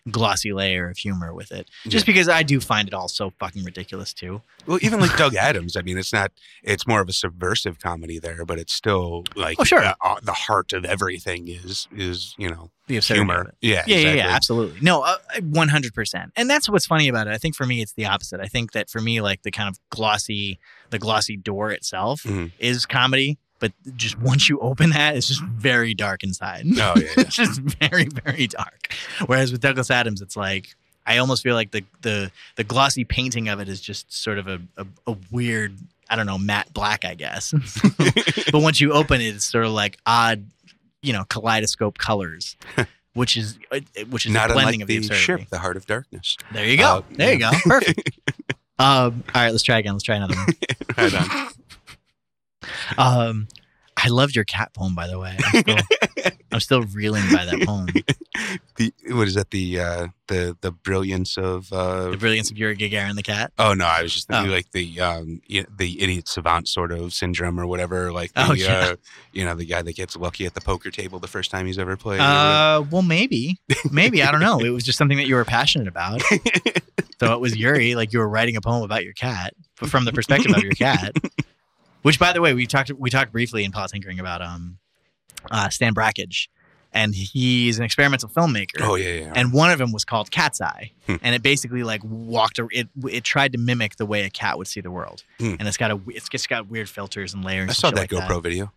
Speaker 1: glossy layer of humor with it, just because I do find it all so fucking ridiculous too.
Speaker 2: well even like doug adams i mean it's not it's more of a subversive comedy there but it's still like
Speaker 1: Oh, sure.
Speaker 2: the, uh, the heart of everything is is you know
Speaker 1: The absurdity of
Speaker 2: humor
Speaker 1: it.
Speaker 2: yeah
Speaker 1: Yeah,
Speaker 2: exactly.
Speaker 1: yeah, yeah, absolutely. No, uh, 100%. And that's what's funny about it. I think for me, it's the opposite. I think that for me, like the kind of glossy, the glossy door itself
Speaker 2: Mhm.
Speaker 1: is comedy, but just once you open that, it's just very dark inside.
Speaker 2: oh yeah, yeah.
Speaker 1: it's just very very dark whereas with douglas adams it's like i almost feel like the the the glossy painting of it is just sort of a, a, a weird i don't know matte black i guess but once you open it it's sort of like odd you know kaleidoscope colors which is uh, which is
Speaker 2: not
Speaker 1: a blending
Speaker 2: unlike
Speaker 1: of the
Speaker 2: the
Speaker 1: absurdity
Speaker 2: ship the heart of darkness
Speaker 1: there you go
Speaker 2: Uh,
Speaker 1: there you go perfect um, all right let's try again let's try another one
Speaker 2: right on
Speaker 1: um, i loved your cat poem by the way I'm still- I'm still reeling by that poem.
Speaker 2: the what is that? The uh, the the brilliance of. Uh,
Speaker 1: The brilliance of Yuri Gagarin the cat.
Speaker 2: oh no, I was just thinking
Speaker 1: Oh.
Speaker 2: like the um i- the idiot savant sort of syndrome or whatever. Like the
Speaker 1: Oh, yeah.
Speaker 2: uh, you know the guy that gets lucky at the poker table the first time he's ever played. or
Speaker 1: Uh, well, maybe, maybe I don't know. It was just something that you were passionate about.
Speaker 2: whatever.
Speaker 1: So it was Yuri, like you were writing a poem about your cat, but from the perspective of your cat. Which, by the way, we talked we talked briefly in Paul Tinkering about um, uh, Stan Brackage, and he's an experimental filmmaker.
Speaker 2: oh yeah, yeah.
Speaker 1: and one of them was called Cat's Eye,
Speaker 2: Hmm.
Speaker 1: and it basically like walked. a- It it tried to mimic the way a cat would see the world,
Speaker 2: Hmm.
Speaker 1: and it's got a it's just got weird filters and layers.
Speaker 2: I
Speaker 1: and
Speaker 2: saw
Speaker 1: shit
Speaker 2: that
Speaker 1: like
Speaker 2: GoPro video.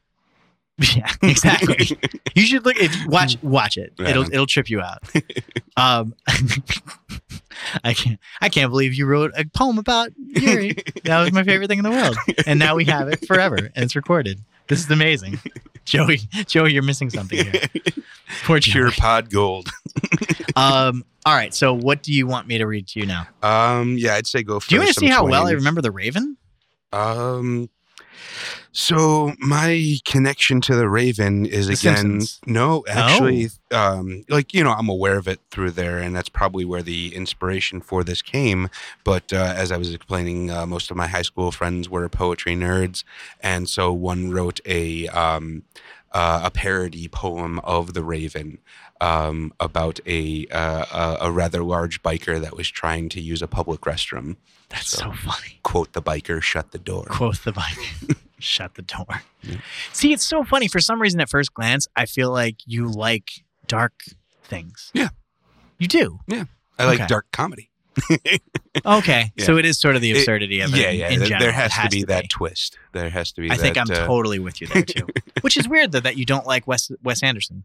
Speaker 1: Yeah, exactly. You should look if watch watch it.
Speaker 2: Right
Speaker 1: it'll
Speaker 2: on.
Speaker 1: it'll trip you out. Um, I can't I can't believe you wrote a poem about Yuri. That was my favorite thing in the world, and now we have it forever, and it's recorded. This is amazing, Joey. Joey, you're missing something here. Poor Joey.
Speaker 2: Pure pod gold.
Speaker 1: Um, all right. So, what do you want me to read to you now?
Speaker 2: Um, yeah, I'd say go for.
Speaker 1: Do you want to
Speaker 2: some
Speaker 1: see how well I
Speaker 2: Twain.
Speaker 1: remember the Raven?
Speaker 2: Um, so my connection to the Raven is
Speaker 1: The
Speaker 2: again
Speaker 1: Simpsons. Oh.
Speaker 2: no, actually, um, like you know, I'm aware of it through there, and that's probably where the inspiration for this came. But uh, as I was explaining, uh, most of my high school friends were poetry nerds, and so one wrote a um, uh, a parody poem of the Raven um, about a, uh, a a rather large biker that was trying to use a public restroom.
Speaker 1: That's so
Speaker 2: So-
Speaker 1: funny.
Speaker 2: Quote the biker, shut the door.
Speaker 1: Quoth the Viking, shut the door.
Speaker 2: Yeah.
Speaker 1: See, it's so funny. For some reason, at first glance, I feel like you like dark things.
Speaker 2: Yeah.
Speaker 1: You do.
Speaker 2: I like
Speaker 1: Okay.
Speaker 2: dark comedy.
Speaker 1: Okay.
Speaker 2: Yeah.
Speaker 1: So it is sort of the
Speaker 2: It-
Speaker 1: absurdity of it.
Speaker 2: yeah,
Speaker 1: in-
Speaker 2: yeah.
Speaker 1: in
Speaker 2: th-
Speaker 1: general.
Speaker 2: there
Speaker 1: It
Speaker 2: has, to be that twist. There has to be.
Speaker 1: I think
Speaker 2: that,
Speaker 1: I'm
Speaker 2: uh,
Speaker 1: totally with you there too. Which is weird though that you don't like Wes Wes Anderson.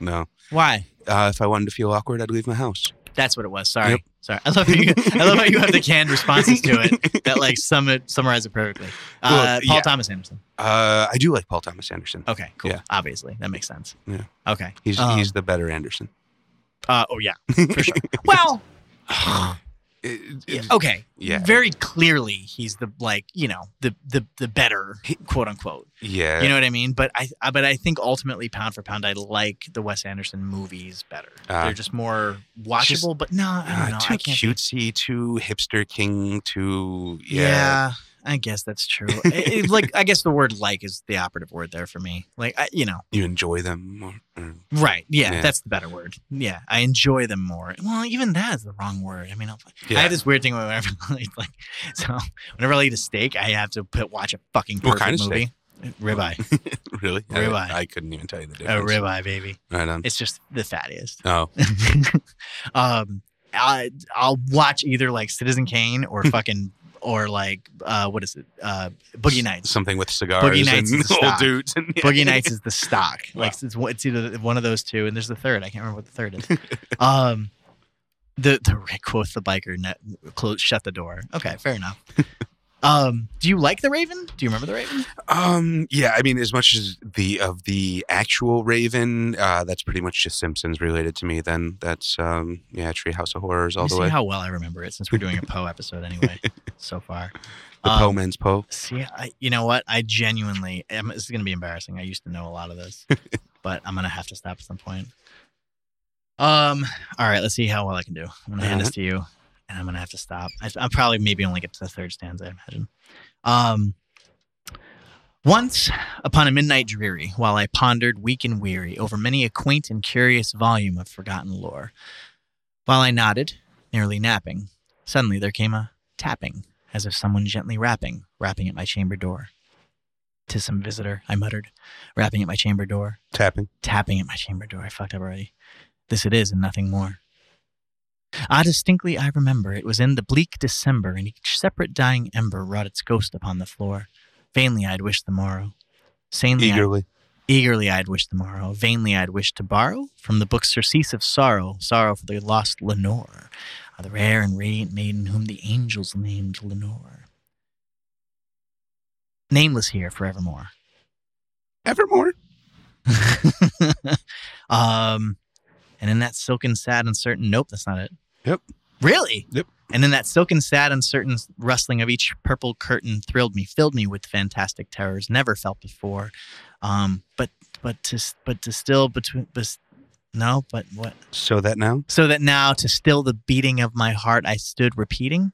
Speaker 2: no.
Speaker 1: Why?
Speaker 2: Uh, if I wanted to feel awkward, I'd leave my house.
Speaker 1: That's what it was. Sorry.
Speaker 2: Yep.
Speaker 1: Sorry. I love how you I love how you have the canned responses to it that like sum it summarize it perfectly. Uh,
Speaker 2: Well,
Speaker 1: Paul
Speaker 2: yeah.
Speaker 1: Thomas Anderson.
Speaker 2: Uh, I do like Paul Thomas Anderson.
Speaker 1: Okay, cool.
Speaker 2: Yeah.
Speaker 1: Obviously, that makes sense.
Speaker 2: Yeah.
Speaker 1: Okay.
Speaker 2: He's
Speaker 1: Oh, Um,
Speaker 2: he's the better Anderson.
Speaker 1: Uh, oh yeah, for sure. well,
Speaker 2: It-
Speaker 1: yeah,
Speaker 2: it-
Speaker 1: okay.
Speaker 2: Yeah.
Speaker 1: Very clearly, he's the like you know the the the better quote unquote.
Speaker 2: yeah.
Speaker 1: You know what I mean? But I, I but I think ultimately, pound for pound, I like the Wes Anderson movies better.
Speaker 2: Ah.
Speaker 1: They're just more watchable. but no, I don't
Speaker 2: Uh,
Speaker 1: know.
Speaker 2: too
Speaker 1: I can't.
Speaker 2: cutesy, too hipster king, too
Speaker 1: yeah.
Speaker 2: yeah.
Speaker 1: I guess that's true. It- it- like, I guess the word "like" is the operative word there for me. Like, I, you know,
Speaker 2: You enjoy them more. Mm.
Speaker 1: Right. Yeah,
Speaker 2: Yeah.
Speaker 1: that's the better word. Yeah, I enjoy them more. Well, even that is the wrong word. I mean, I'll, I
Speaker 2: Yeah.
Speaker 1: have this weird thing whenever like, like so whenever I eat a steak, I have to put watch a fucking perfect
Speaker 2: What kind of
Speaker 1: movie. Ribeye,
Speaker 2: really? I-
Speaker 1: Ribeye.
Speaker 2: I, couldn't even tell you the
Speaker 1: a
Speaker 2: difference.
Speaker 1: ribeye, baby.
Speaker 2: Right on.
Speaker 1: It's just the fattiest.
Speaker 2: Oh,
Speaker 1: um, I, I'll watch either like Citizen Kane or fucking or like uh, what is it? Uh, Boogie Nights.
Speaker 2: something with cigars
Speaker 1: Nights
Speaker 2: and
Speaker 1: is a
Speaker 2: old
Speaker 1: stop.
Speaker 2: dudes. And,
Speaker 1: Boogie Nights is the stock.
Speaker 2: Wow.
Speaker 1: Like it's one- it's either one of those two, and there's the third. I can't remember what the third is. um, the the Rick quote the biker net, close shut the door. Okay, fair enough. um, do you like the Raven? Do you remember the Raven?
Speaker 2: Um. Yeah. I mean, as much as the of the actual Raven, uh, that's pretty much just Simpsons related to me. Then that's um. Yeah, Treehouse of Horrors all
Speaker 1: Let me
Speaker 2: the
Speaker 1: see
Speaker 2: way.
Speaker 1: how well I remember it since we're doing a Poe episode anyway so far.
Speaker 2: the
Speaker 1: Um,
Speaker 2: Poe Man's Poe.
Speaker 1: See, I, you know what? I genuinely am. This is going to be embarrassing. I used to know a lot of this, but I'm going to have to stop at some point. Um. All right. Let's see how well I can do. I'm going to hand this to you, and I'm going to have to stop. I, I'll probably maybe only get to the third stanza. I imagine. Um. Once upon a midnight dreary, while I pondered weak and weary over many a quaint and curious volume of forgotten lore, while I nodded, nearly napping, suddenly there came a tapping as if someone gently rapping, rapping at my chamber door. "'Tis some visitor, I muttered, rapping at my chamber door,
Speaker 2: Tapping.
Speaker 1: tapping at my chamber door. I fucked up already. This it is and nothing more. Ah, distinctly I remember it was in the bleak December, and each separate dying ember wrought its ghost upon the floor. Vainly I'd wish the morrow. Sanely I
Speaker 2: Eagerly.
Speaker 1: Eagerly I'd wish the morrow, vainly I'd wish to borrow from the book surcease of sorrow, sorrow for the lost Lenore, of the rare and radiant maiden whom the angels named Lenore. Nameless here forevermore.
Speaker 2: Evermore.
Speaker 1: um, and in that silken, sad, uncertain. Nope, that's not it.
Speaker 2: Yep.
Speaker 1: Really?
Speaker 2: Yep.
Speaker 1: And then that silken, sad, uncertain rustling of each purple curtain thrilled me, filled me with fantastic terrors never felt before. Um, but but to s- but to still between but, no but what
Speaker 2: So that now?
Speaker 1: so that now to still the beating of my heart I stood repeating.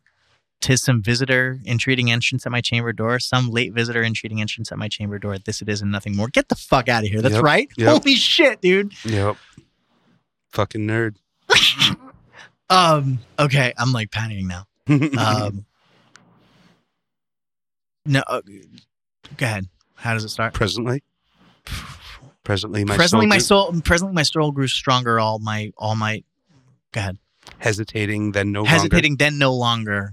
Speaker 1: Tis some visitor entreating entrance at my chamber door, some late visitor entreating entrance at my chamber door. This it is and nothing more. Get the fuck out of here. That's
Speaker 2: Yep,
Speaker 1: right.
Speaker 2: yep.
Speaker 1: Holy shit, dude.
Speaker 2: Yep. Fucking nerd.
Speaker 1: Um, okay, I'm like panicking now. Um, no, uh, go ahead. How does it start?
Speaker 2: presently. Presently, my
Speaker 1: presently,
Speaker 2: soul
Speaker 1: my
Speaker 2: grew-
Speaker 1: soul. Presently, my soul grew stronger. All my, all my. Go ahead.
Speaker 2: hesitating, then no
Speaker 1: Hesitating, then no longer.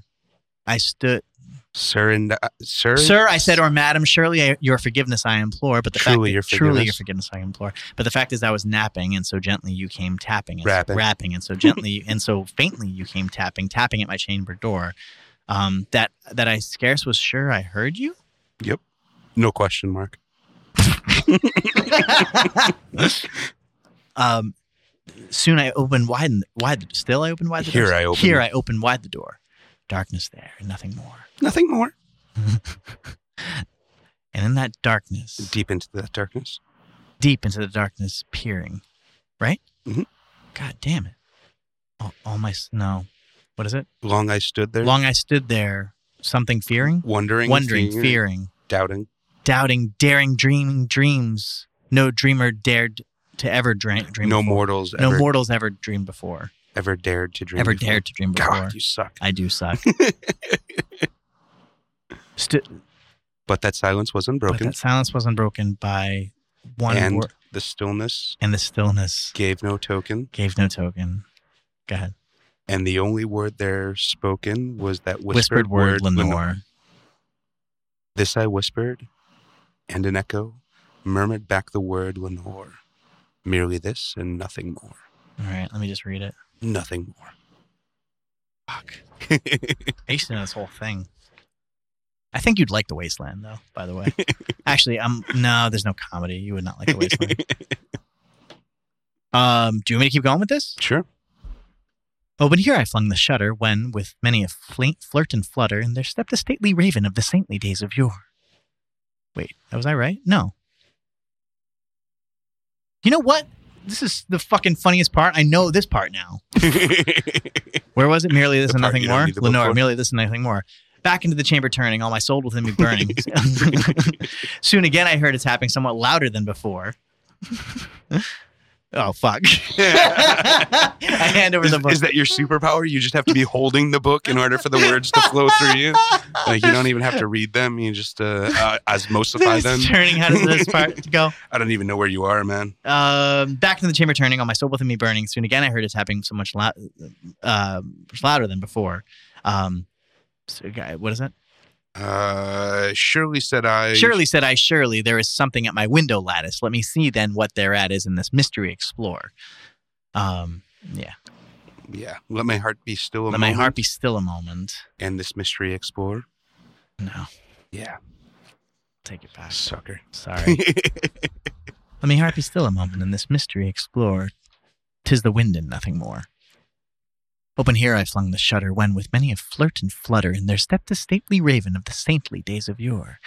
Speaker 1: I stood,
Speaker 2: longer. Sir and uh, sir,
Speaker 1: sir. I said, or madam, surely I, your forgiveness I implore. But the fact
Speaker 2: Truly
Speaker 1: is-
Speaker 2: your
Speaker 1: truly your
Speaker 2: forgiveness.
Speaker 1: forgiveness I implore. But the fact is, I was napping, and so gently you came tapping, and so-
Speaker 2: Rapping.
Speaker 1: rapping, and so gently and so faintly you came tapping, tapping at my chamber door. Um, that that I scarce was sure I heard you.
Speaker 2: no question mark.
Speaker 1: um, soon I opened wide, and wide. Still I opened wide. The
Speaker 2: Here
Speaker 1: door.
Speaker 2: I opened-
Speaker 1: Here I opened wide the door. Darkness there, and nothing more.
Speaker 2: Nothing more.
Speaker 1: And in that darkness,
Speaker 2: Deep into that darkness.
Speaker 1: deep into the darkness, peering. Right.
Speaker 2: Mhm.
Speaker 1: God damn it! All, all my s- no. What is it?
Speaker 2: Long I stood there,
Speaker 1: Long I stood there, something fearing,
Speaker 2: wondering,
Speaker 1: wondering,
Speaker 2: fearing,
Speaker 1: fearing,
Speaker 2: doubting.
Speaker 1: doubting, daring, dreaming dreams. No dreamer dared to ever dream. dream
Speaker 2: no
Speaker 1: before.
Speaker 2: mortals
Speaker 1: no
Speaker 2: ever,
Speaker 1: mortals ever dreamed before.
Speaker 2: ever dared to dream.
Speaker 1: ever
Speaker 2: before.
Speaker 1: dared to dream before.
Speaker 2: God, you suck.
Speaker 1: I do suck. St-
Speaker 2: But that silence was
Speaker 1: but
Speaker 2: unbroken,
Speaker 1: that silence was unbroken by one
Speaker 2: and
Speaker 1: word,
Speaker 2: the stillness
Speaker 1: and the stillness
Speaker 2: gave no token,
Speaker 1: gave no token. Go ahead.
Speaker 2: and the only word there spoken was that
Speaker 1: Whispered,
Speaker 2: whispered,
Speaker 1: word, Lenore.
Speaker 2: This I whispered, and an echo murmured back the word Lenore. Merely this and nothing more.
Speaker 1: All right, let me just read it.
Speaker 2: Nothing more.
Speaker 1: Fuck. I used to know this whole thing. I think you'd like The Wasteland, though, by the way. Actually, um, no, there's no comedy. You would not like The Wasteland. um, do you want me to keep going with this?
Speaker 2: sure.
Speaker 1: Open here I flung the shutter when, with many a fl- flirt and flutter, and there stepped a stately raven of the saintly days of yore. Wait, was I right? No. You know what? This is the fucking funniest part. I know this part now. Where was it? Merely this
Speaker 2: The
Speaker 1: and
Speaker 2: part
Speaker 1: nothing
Speaker 2: you don't
Speaker 1: more?
Speaker 2: need the book
Speaker 1: Lenore,
Speaker 2: for?
Speaker 1: merely this and nothing more. Back into the chamber turning, all my soul within me burning. Soon again I heard a tapping somewhat louder than before. oh, fuck. I hand over
Speaker 2: is,
Speaker 1: the book.
Speaker 2: is that your superpower? You just have to be holding the book in order for the words to flow through you. Like you don't even have to read them. You just uh, uh, osmosify
Speaker 1: This
Speaker 2: them.
Speaker 1: is turning. How does this part go?
Speaker 2: I don't even know where you are, man.
Speaker 1: Um, back to the chamber turning, all my soul within me burning. Soon again, I heard it tapping so much loud, uh, much louder than before. Um, so, guy- what is that?
Speaker 2: Uh, surely said I.
Speaker 1: Surely said I, surely there is something at my window lattice. Let me see then what thereat is in this mystery explore. Um, yeah.
Speaker 2: Yeah. Let my heart be still. A
Speaker 1: Let my
Speaker 2: moment
Speaker 1: heart be still a moment.
Speaker 2: And this mystery explore.
Speaker 1: No,
Speaker 2: Yeah.
Speaker 1: take it back.
Speaker 2: Ah, Sucker.
Speaker 1: Sorry. Let me harp be still a moment and this mystery explore. Tis the wind and nothing more. Open here I flung the shutter when, with many a flirt and flutter, in there stepped a stately raven of the saintly days of yore.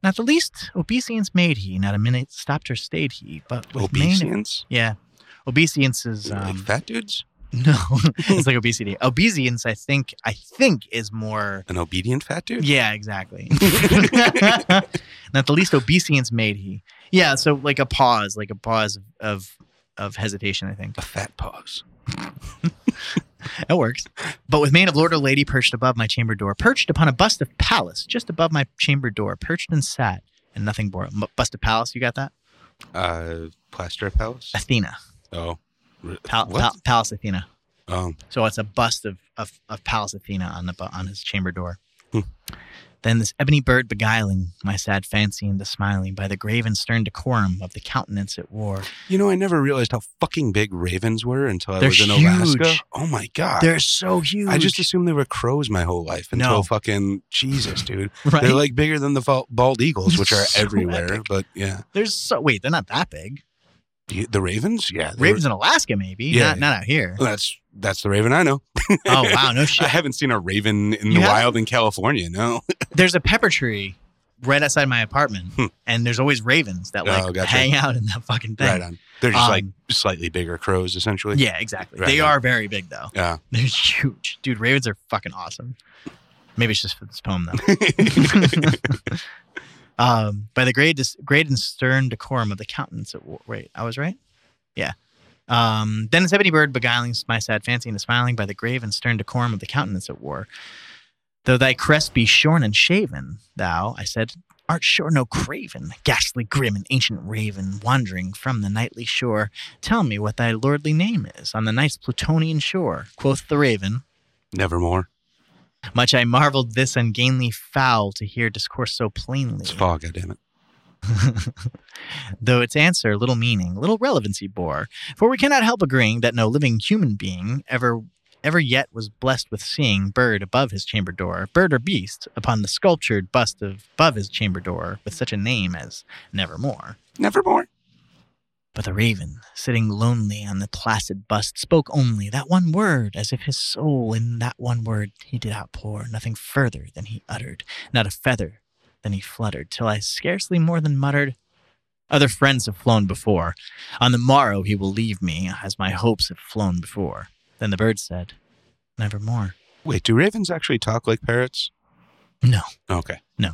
Speaker 1: Not the least obeisance made he, not a minute stopped or stayed he, but with mane.
Speaker 2: Obedience.
Speaker 1: Yeah. Obeisance is.
Speaker 2: like
Speaker 1: Um,
Speaker 2: fat dudes.
Speaker 1: no, it's like obesity. Obeisance, I think, I think is more.
Speaker 2: An obedient fat dude.
Speaker 1: Yeah, exactly. Not the least obeisance made he. Yeah, so like a pause, like a pause of of hesitation, I think.
Speaker 2: A fat pause.
Speaker 1: That works. But with mane of lord or lady perched above my chamber door, perched upon a bust of Pallas, just above my chamber door, perched and sat, and nothing more. M- Bust of Pallas, you got that?
Speaker 2: Uh, plaster palace.
Speaker 1: Athena.
Speaker 2: Oh. Re-
Speaker 1: Pal-
Speaker 2: what?
Speaker 1: Pal- Pallas Athena.
Speaker 2: Oh.
Speaker 1: So it's a bust of, of, of Pallas Athena on the bu- on his chamber door.
Speaker 2: Hmm.
Speaker 1: then this ebony bird beguiling my sad fancy into smiling by the grave and stern decorum of the countenance it wore.
Speaker 2: You know, I never realized how fucking big ravens were until I
Speaker 1: They're
Speaker 2: was in Alaska.
Speaker 1: huge.
Speaker 2: Oh my god.
Speaker 1: They're so huge.
Speaker 2: I just assumed they were crows my whole life until
Speaker 1: No.
Speaker 2: fucking Jesus, dude.
Speaker 1: right?
Speaker 2: They're like bigger than the val- bald eagles, which are
Speaker 1: So
Speaker 2: everywhere.
Speaker 1: epic.
Speaker 2: But yeah,
Speaker 1: They're so wait, they're not that big.
Speaker 2: You- the ravens. Yeah, they
Speaker 1: Ravens in Alaska, maybe.
Speaker 2: Yeah.
Speaker 1: Not not out here.
Speaker 2: were- that's that's the raven I know.
Speaker 1: Oh wow, no
Speaker 2: I
Speaker 1: shit.
Speaker 2: haven't seen a raven in
Speaker 1: You
Speaker 2: the
Speaker 1: haven't?
Speaker 2: wild in California. No,
Speaker 1: There's a pepper tree right outside my apartment,
Speaker 2: Hmm.
Speaker 1: and there's always ravens that like
Speaker 2: Oh, gotcha.
Speaker 1: hang out in that fucking thing.
Speaker 2: Right on. They're just like
Speaker 1: Um,
Speaker 2: slightly bigger crows, essentially.
Speaker 1: Yeah, exactly.
Speaker 2: Right
Speaker 1: they
Speaker 2: on.
Speaker 1: are very big though.
Speaker 2: Yeah.
Speaker 1: They're huge, dude. Ravens are fucking awesome. Maybe it's just for this poem though. um, by the grade, dis- grade and stern decorum of the countenance. At, wa- wait, I was right. Yeah. Um, then the ebony bird beguiling my sad fancy into smiling by the grave and stern decorum of the countenance at war. Though thy crest be shorn and shaven, thou, I said, art sure no craven, ghastly grim and ancient raven, wandering from the nightly shore. Tell me what thy lordly name is on the night's Plutonian shore. Quoth the raven,
Speaker 2: Nevermore.
Speaker 1: much I marveled this ungainly fowl to hear discourse so plainly.
Speaker 2: It's fog, goddammit.
Speaker 1: Though its answer little meaning, little relevancy bore, for we cannot help agreeing that no living human being ever ever yet was blessed with seeing bird above his chamber door, bird or beast, upon the sculptured bust of above his chamber door, with such a name as Nevermore.
Speaker 2: Nevermore.
Speaker 1: But the raven, sitting lonely on the placid bust, spoke only that one word, as if his soul in that one word he did outpour, nothing further than he uttered, not a feather than he fluttered, till I scarcely more than muttered, Other friends have flown before. On the morrow he will leave me, as my hopes have flown before. Then the bird said, Nevermore.
Speaker 2: Wait, do ravens actually talk like parrots?
Speaker 1: No.
Speaker 2: Okay.
Speaker 1: No.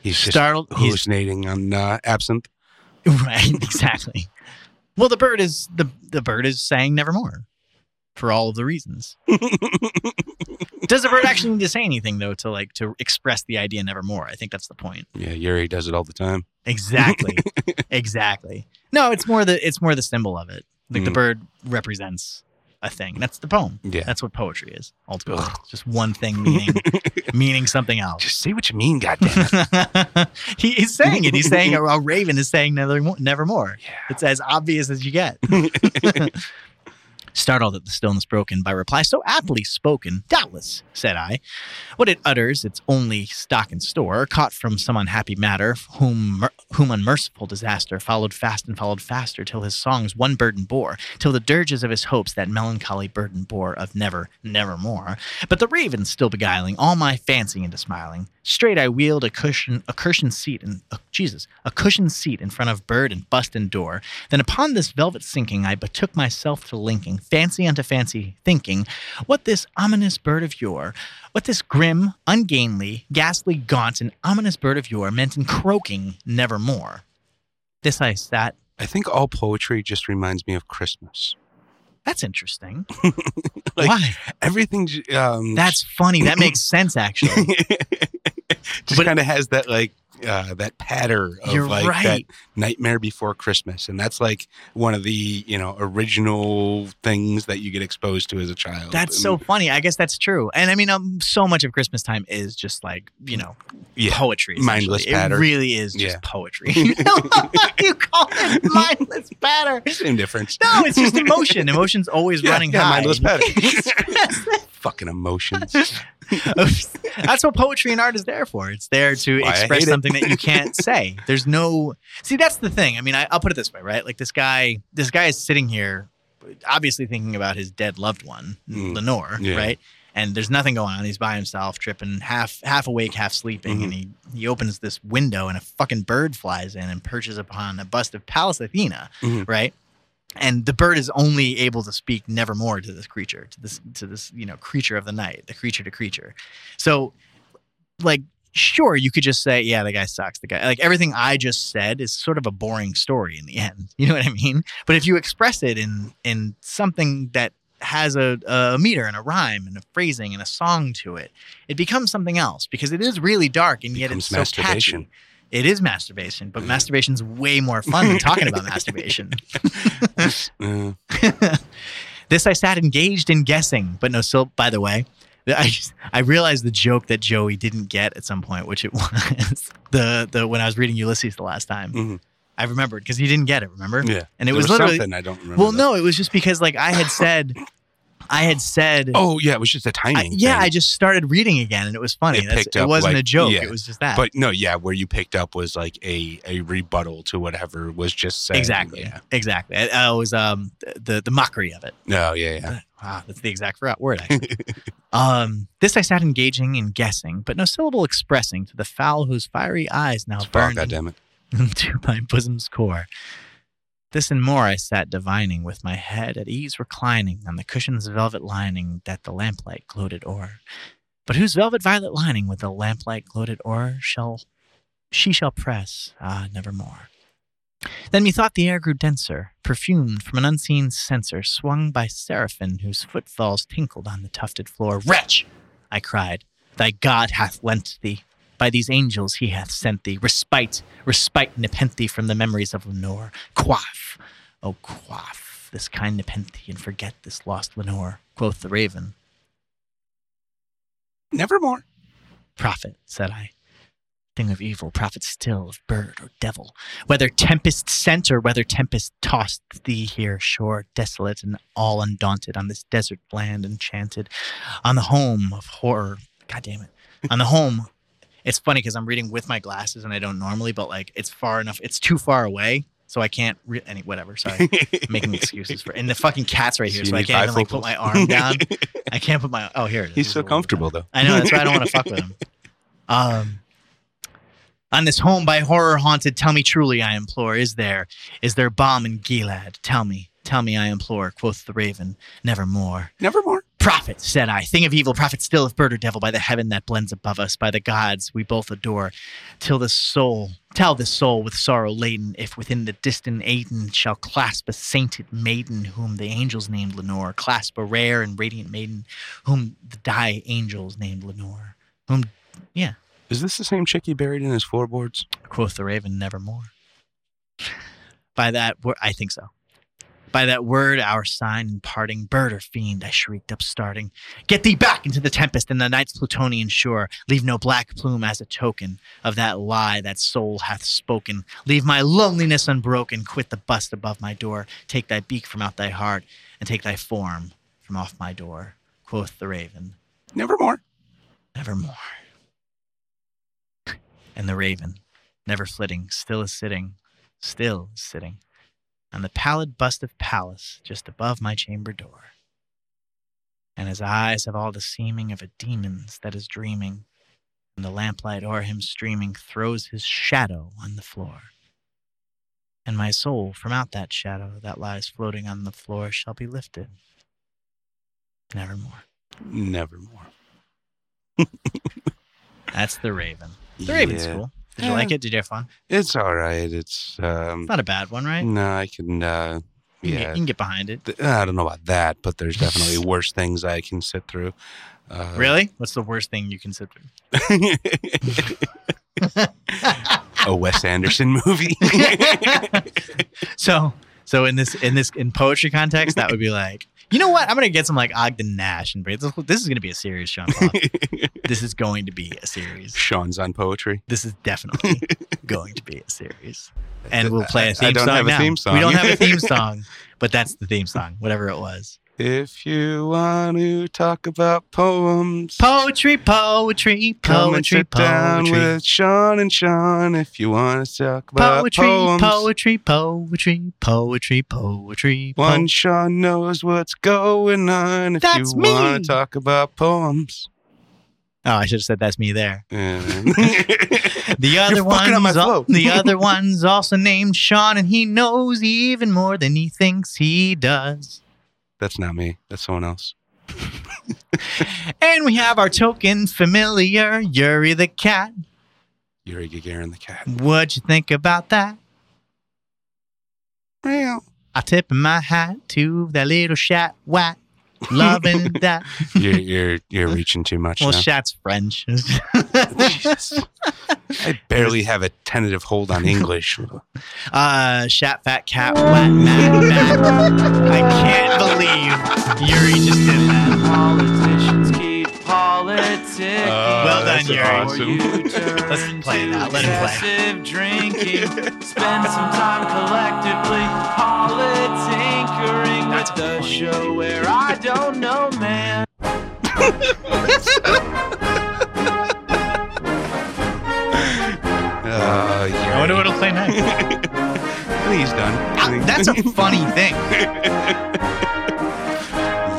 Speaker 2: He's just
Speaker 1: Startled, he's
Speaker 2: hallucinating on uh, absinthe.
Speaker 1: Right, exactly. well, the bird is the the bird is saying nevermore for all of the reasons. Does the bird actually need to say anything though to like to express the idea nevermore? I think that's the point.
Speaker 2: Yeah, Yuri does it all the time.
Speaker 1: Exactly. exactly. No, it's more the it's more the symbol of it. Like the
Speaker 2: Mm.
Speaker 1: bird represents a thing. That's the poem.
Speaker 2: Yeah.
Speaker 1: That's what poetry is ultimately.
Speaker 2: Ugh.
Speaker 1: Just one thing meaning meaning something else.
Speaker 2: Just say what you mean, goddamn.
Speaker 1: he is saying it. He's saying a, a raven is saying never, nevermore.
Speaker 2: Yeah.
Speaker 1: It's as obvious as you get. Startled at the stillness broken by reply so aptly spoken, doubtless, said I. What it utters, its only stock and store, caught from some unhappy matter, whom, mer- whom unmerciful disaster followed fast and followed faster, till his songs one burden bore, till the dirges of his hopes that melancholy burden bore of never, nevermore. But the raven still beguiling all my fancy into smiling. Straight I wheeled a cushion, a cushioned seat, and oh, Jesus, a cushioned seat in front of bird and bust and door. Then upon this velvet sinking, I betook myself to linking fancy unto fancy, thinking, what this ominous bird of yore, what this grim, ungainly, ghastly, gaunt, and ominous bird of yore meant in croaking nevermore. This I sat.
Speaker 2: I think all poetry just reminds me of Christmas.
Speaker 1: That's interesting.
Speaker 2: Like-
Speaker 1: Why?
Speaker 2: Everything j- um,
Speaker 1: That's funny. That makes sense, actually.
Speaker 2: just
Speaker 1: But-
Speaker 2: kind of has that like uh, that patter of
Speaker 1: You're
Speaker 2: like that
Speaker 1: right.
Speaker 2: Nightmare Before Christmas, and that's like one of the you know original things that you get exposed to as a child.
Speaker 1: That's
Speaker 2: And-
Speaker 1: so funny. I guess that's true. And I mean, um, so much of Christmas time is just like you know
Speaker 2: Yeah.
Speaker 1: poetry.
Speaker 2: Mindless
Speaker 1: essentially.
Speaker 2: patter.
Speaker 1: It really is just
Speaker 2: Yeah.
Speaker 1: poetry. you call it mindless patter?
Speaker 2: same difference.
Speaker 1: No, it's just emotion. Emotion's always
Speaker 2: Yeah,
Speaker 1: running
Speaker 2: yeah,
Speaker 1: high.
Speaker 2: mindless patter.
Speaker 1: Yes.
Speaker 2: Fucking emotions.
Speaker 1: That's what poetry and art is there for. It's there to
Speaker 2: Why I
Speaker 1: express
Speaker 2: hate it.
Speaker 1: something that you can't say. There's no see. That's the thing. I mean, I, I'll put it this way, right? Like this guy, this guy is sitting here, obviously thinking about his dead loved one,
Speaker 2: Mm.
Speaker 1: Lenore,
Speaker 2: Yeah.
Speaker 1: right? And there's nothing going on. He's by himself, tripping, half half awake, half sleeping, and he he opens this window, and a fucking bird flies in and perches upon a bust of Pallas Athena,
Speaker 2: Mhm.
Speaker 1: right? and the bird is only able to speak nevermore to this creature to this to this you know creature of the night the creature to creature so like sure you could just say yeah the guy sucks the guy like everything i just said is sort of a boring story in the end you know what i mean but if you express it in in something that has a, a meter and a rhyme and a phrasing and a song to it it becomes something else because it is really dark and yet
Speaker 2: Becomes
Speaker 1: it's so
Speaker 2: masturbation. Mm.
Speaker 1: catchy. it is masturbation but masturbation's way more fun than talking about masturbation
Speaker 2: Uh,
Speaker 1: This I sat engaged in guessing, but no syllable. By the way, I I realized the joke that Joey didn't get at some point, which it was the the when I was reading Ulysses the last time.
Speaker 2: Mhm.
Speaker 1: I remembered because he didn't get it. Remember?
Speaker 2: yeah,
Speaker 1: And it
Speaker 2: There
Speaker 1: was, literally
Speaker 2: something I don't remember.
Speaker 1: well,
Speaker 2: though.
Speaker 1: no, it was just because like I had said, I had said.
Speaker 2: Oh yeah, it was just a
Speaker 1: I-
Speaker 2: timing.
Speaker 1: yeah, I
Speaker 2: thing.
Speaker 1: just started reading again, and it was funny.
Speaker 2: It
Speaker 1: That's-
Speaker 2: picked
Speaker 1: it
Speaker 2: up,
Speaker 1: wasn't
Speaker 2: like,
Speaker 1: a joke;
Speaker 2: yeah.
Speaker 1: it was just that.
Speaker 2: but no, yeah, where you picked up was like a a rebuttal to whatever was just said.
Speaker 1: exactly,
Speaker 2: Yeah.
Speaker 1: exactly. It, uh, it was um the the mockery of it.
Speaker 2: No, Oh, yeah, yeah.
Speaker 1: ah, Wow, that's the exact wor- word. Actually. Um, this I sat engaging and guessing, but no syllable expressing to the fowl whose fiery eyes now
Speaker 2: Fuck,
Speaker 1: burned
Speaker 2: goddammit.
Speaker 1: to my bosom's core. This and more I sat divining, with my head at ease reclining on the cushion's velvet lining that the lamplight gloated o'er. But whose velvet violet lining with the lamplight gloated o'er shall she shall press, ah, nevermore. Then methought the air grew denser, perfumed from an unseen censer swung by seraphin whose footfalls tinkled on the tufted floor. Wretch! I cried, thy God hath lent thee. By these angels he hath sent thee. Respite, respite, nepenthe from the memories of Lenore. Quaff, oh quaff, this kind nepenthe, and forget this lost Lenore. Quoth the raven.
Speaker 2: Nevermore.
Speaker 1: Prophet, said I. Thing of evil, prophet still of bird or devil. Whether tempest sent or whether tempest tossed thee here, shore desolate and all undaunted on this desert land enchanted, on the home of horror. God damn it. On the home. It's funny because I'm reading with my glasses and I don't normally, but like it's far enough, it's too far away. So I can't re- any whatever. Sorry, making excuses for and the fucking cat's right here,
Speaker 2: So
Speaker 1: so,
Speaker 2: you
Speaker 1: I
Speaker 2: need
Speaker 1: can't even like
Speaker 2: bifocals.
Speaker 1: put my arm down. I can't put my oh here it is.
Speaker 2: He's
Speaker 1: This
Speaker 2: so
Speaker 1: is a little bit better.
Speaker 2: comfortable, though.
Speaker 1: I know that's why I don't want to fuck with him. Um, on this home by horror haunted, tell me truly, I implore, is there is there balm in Gilad? Tell me, tell me, I implore. Quoth the raven, nevermore.
Speaker 2: Nevermore.
Speaker 1: Prophet, said I, thing of evil, prophet still of bird or devil, by the heaven that blends above us, by the gods we both adore, till the soul, tell the soul with sorrow laden, if within the distant Aden shall clasp a sainted maiden, whom the angels named Lenore, clasp a rare and radiant maiden, whom the die angels named Lenore, whom, yeah,
Speaker 2: Is this the same chick he buried in his floorboards?
Speaker 1: quoth the raven, nevermore. By that word, I think so. By that word, our sign and parting, bird or fiend, I shrieked up, starting. Get thee back into the tempest and the night's Plutonian shore. Leave no black plume as a token of that lie that soul hath spoken. Leave my loneliness unbroken. Quit the bust above my door. Take thy beak from out thy heart, and take thy form from off my door. Quoth the raven,
Speaker 2: Nevermore.
Speaker 1: nevermore. And the raven, never flitting, still is sitting, still is sitting on the pallid bust of Pallas just above my chamber door. And his eyes have all the seeming of a demon's that is dreaming, and the lamplight o'er him streaming throws his shadow on the floor. And my soul from out that shadow that lies floating on the floor shall be lifted. Nevermore.
Speaker 2: Nevermore.
Speaker 1: That's the raven. The Raven's
Speaker 2: Yeah.
Speaker 1: cool. Did you
Speaker 2: Yeah.
Speaker 1: like it? Did you have fun?
Speaker 2: It's all right. It's um.
Speaker 1: It's not a bad one, right?
Speaker 2: No, I can. Uh,
Speaker 1: You, can get,
Speaker 2: yeah.
Speaker 1: you can get behind it.
Speaker 2: Th- I don't know about that, but there's definitely worse things I can sit through. Uh,
Speaker 1: really? What's the worst thing you consider?
Speaker 2: a Wes Anderson movie.
Speaker 1: so, so in this in this in poetry context, that would be like, you know what? I'm gonna get some like Ogden Nash and this, this is gonna be a series, Sean. Paul. this is going to be a series.
Speaker 2: Sean's on poetry.
Speaker 1: This is definitely going to be a series. And we'll play
Speaker 2: I-
Speaker 1: a theme
Speaker 2: I don't
Speaker 1: song
Speaker 2: have a
Speaker 1: now.
Speaker 2: theme song.
Speaker 1: We don't have a theme song, but that's the theme song, whatever it was.
Speaker 2: If you want to talk about poems,
Speaker 1: Poetry, poetry,
Speaker 2: come and
Speaker 1: poetry,
Speaker 2: sit down
Speaker 1: poetry.
Speaker 2: with Sean and Sean. If you want to talk about
Speaker 1: Poetry,
Speaker 2: poems,
Speaker 1: poetry, poetry, poetry, poetry. po-
Speaker 2: one Sean knows what's going on. If
Speaker 1: That's
Speaker 2: you want
Speaker 1: me.
Speaker 2: to talk about poems,
Speaker 1: oh, I should have said that's me there.
Speaker 2: And-
Speaker 1: The other one's
Speaker 2: fucking up my
Speaker 1: al-
Speaker 2: flow.
Speaker 1: the other one's also named Sean, and he knows even more than he thinks he does.
Speaker 2: that's not me. That's someone else.
Speaker 1: And we have our token familiar, Yuri the cat.
Speaker 2: Yuri Gagarin the cat.
Speaker 1: What'd you think about that?
Speaker 2: Meow.
Speaker 1: I tip my hat to that little shat wat, loving that.
Speaker 2: You're you're you're reaching too much.
Speaker 1: Well,
Speaker 2: now.
Speaker 1: shat's French.
Speaker 2: Jesus. I barely have a tentative hold on English.
Speaker 1: Uh, shat fat cat wet mad mad. I can't believe Yuri just did that.
Speaker 3: Politicians keep politicking.
Speaker 2: Uh,
Speaker 1: Well done,
Speaker 2: that's
Speaker 1: Yuri.
Speaker 2: awesome.
Speaker 1: Let's play it out. Let him play.
Speaker 3: Drinking. Spend some time collectively politinkering
Speaker 1: That's
Speaker 3: with the
Speaker 1: funny.
Speaker 3: show where I don't know, man.
Speaker 2: Uh, Yuri.
Speaker 1: I wonder what'll Ah, play next.
Speaker 2: I think he's done. I think-
Speaker 1: That's a funny thing.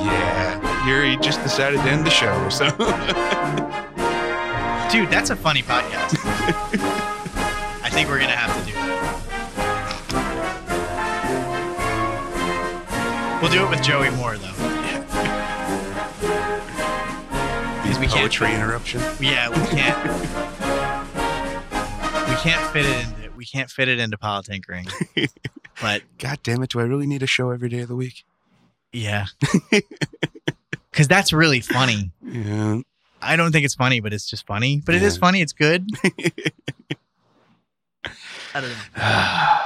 Speaker 2: yeah. here, he just decided to end the show. So
Speaker 1: Dude, that's a funny podcast. I think we're gonna have to do that. We'll do it with Joey Moore though.
Speaker 2: these
Speaker 1: we can't-
Speaker 2: poetry interruption.
Speaker 1: Yeah, we can't. we can't fit it into we can't fit it into politinkering. but
Speaker 2: God damn it! Do I really need a show every day of the week?
Speaker 1: yeah, because that's really funny.
Speaker 2: Yeah.
Speaker 1: I don't think it's funny, but it's just funny. But it is
Speaker 2: Yeah.
Speaker 1: funny. It's good. I don't know.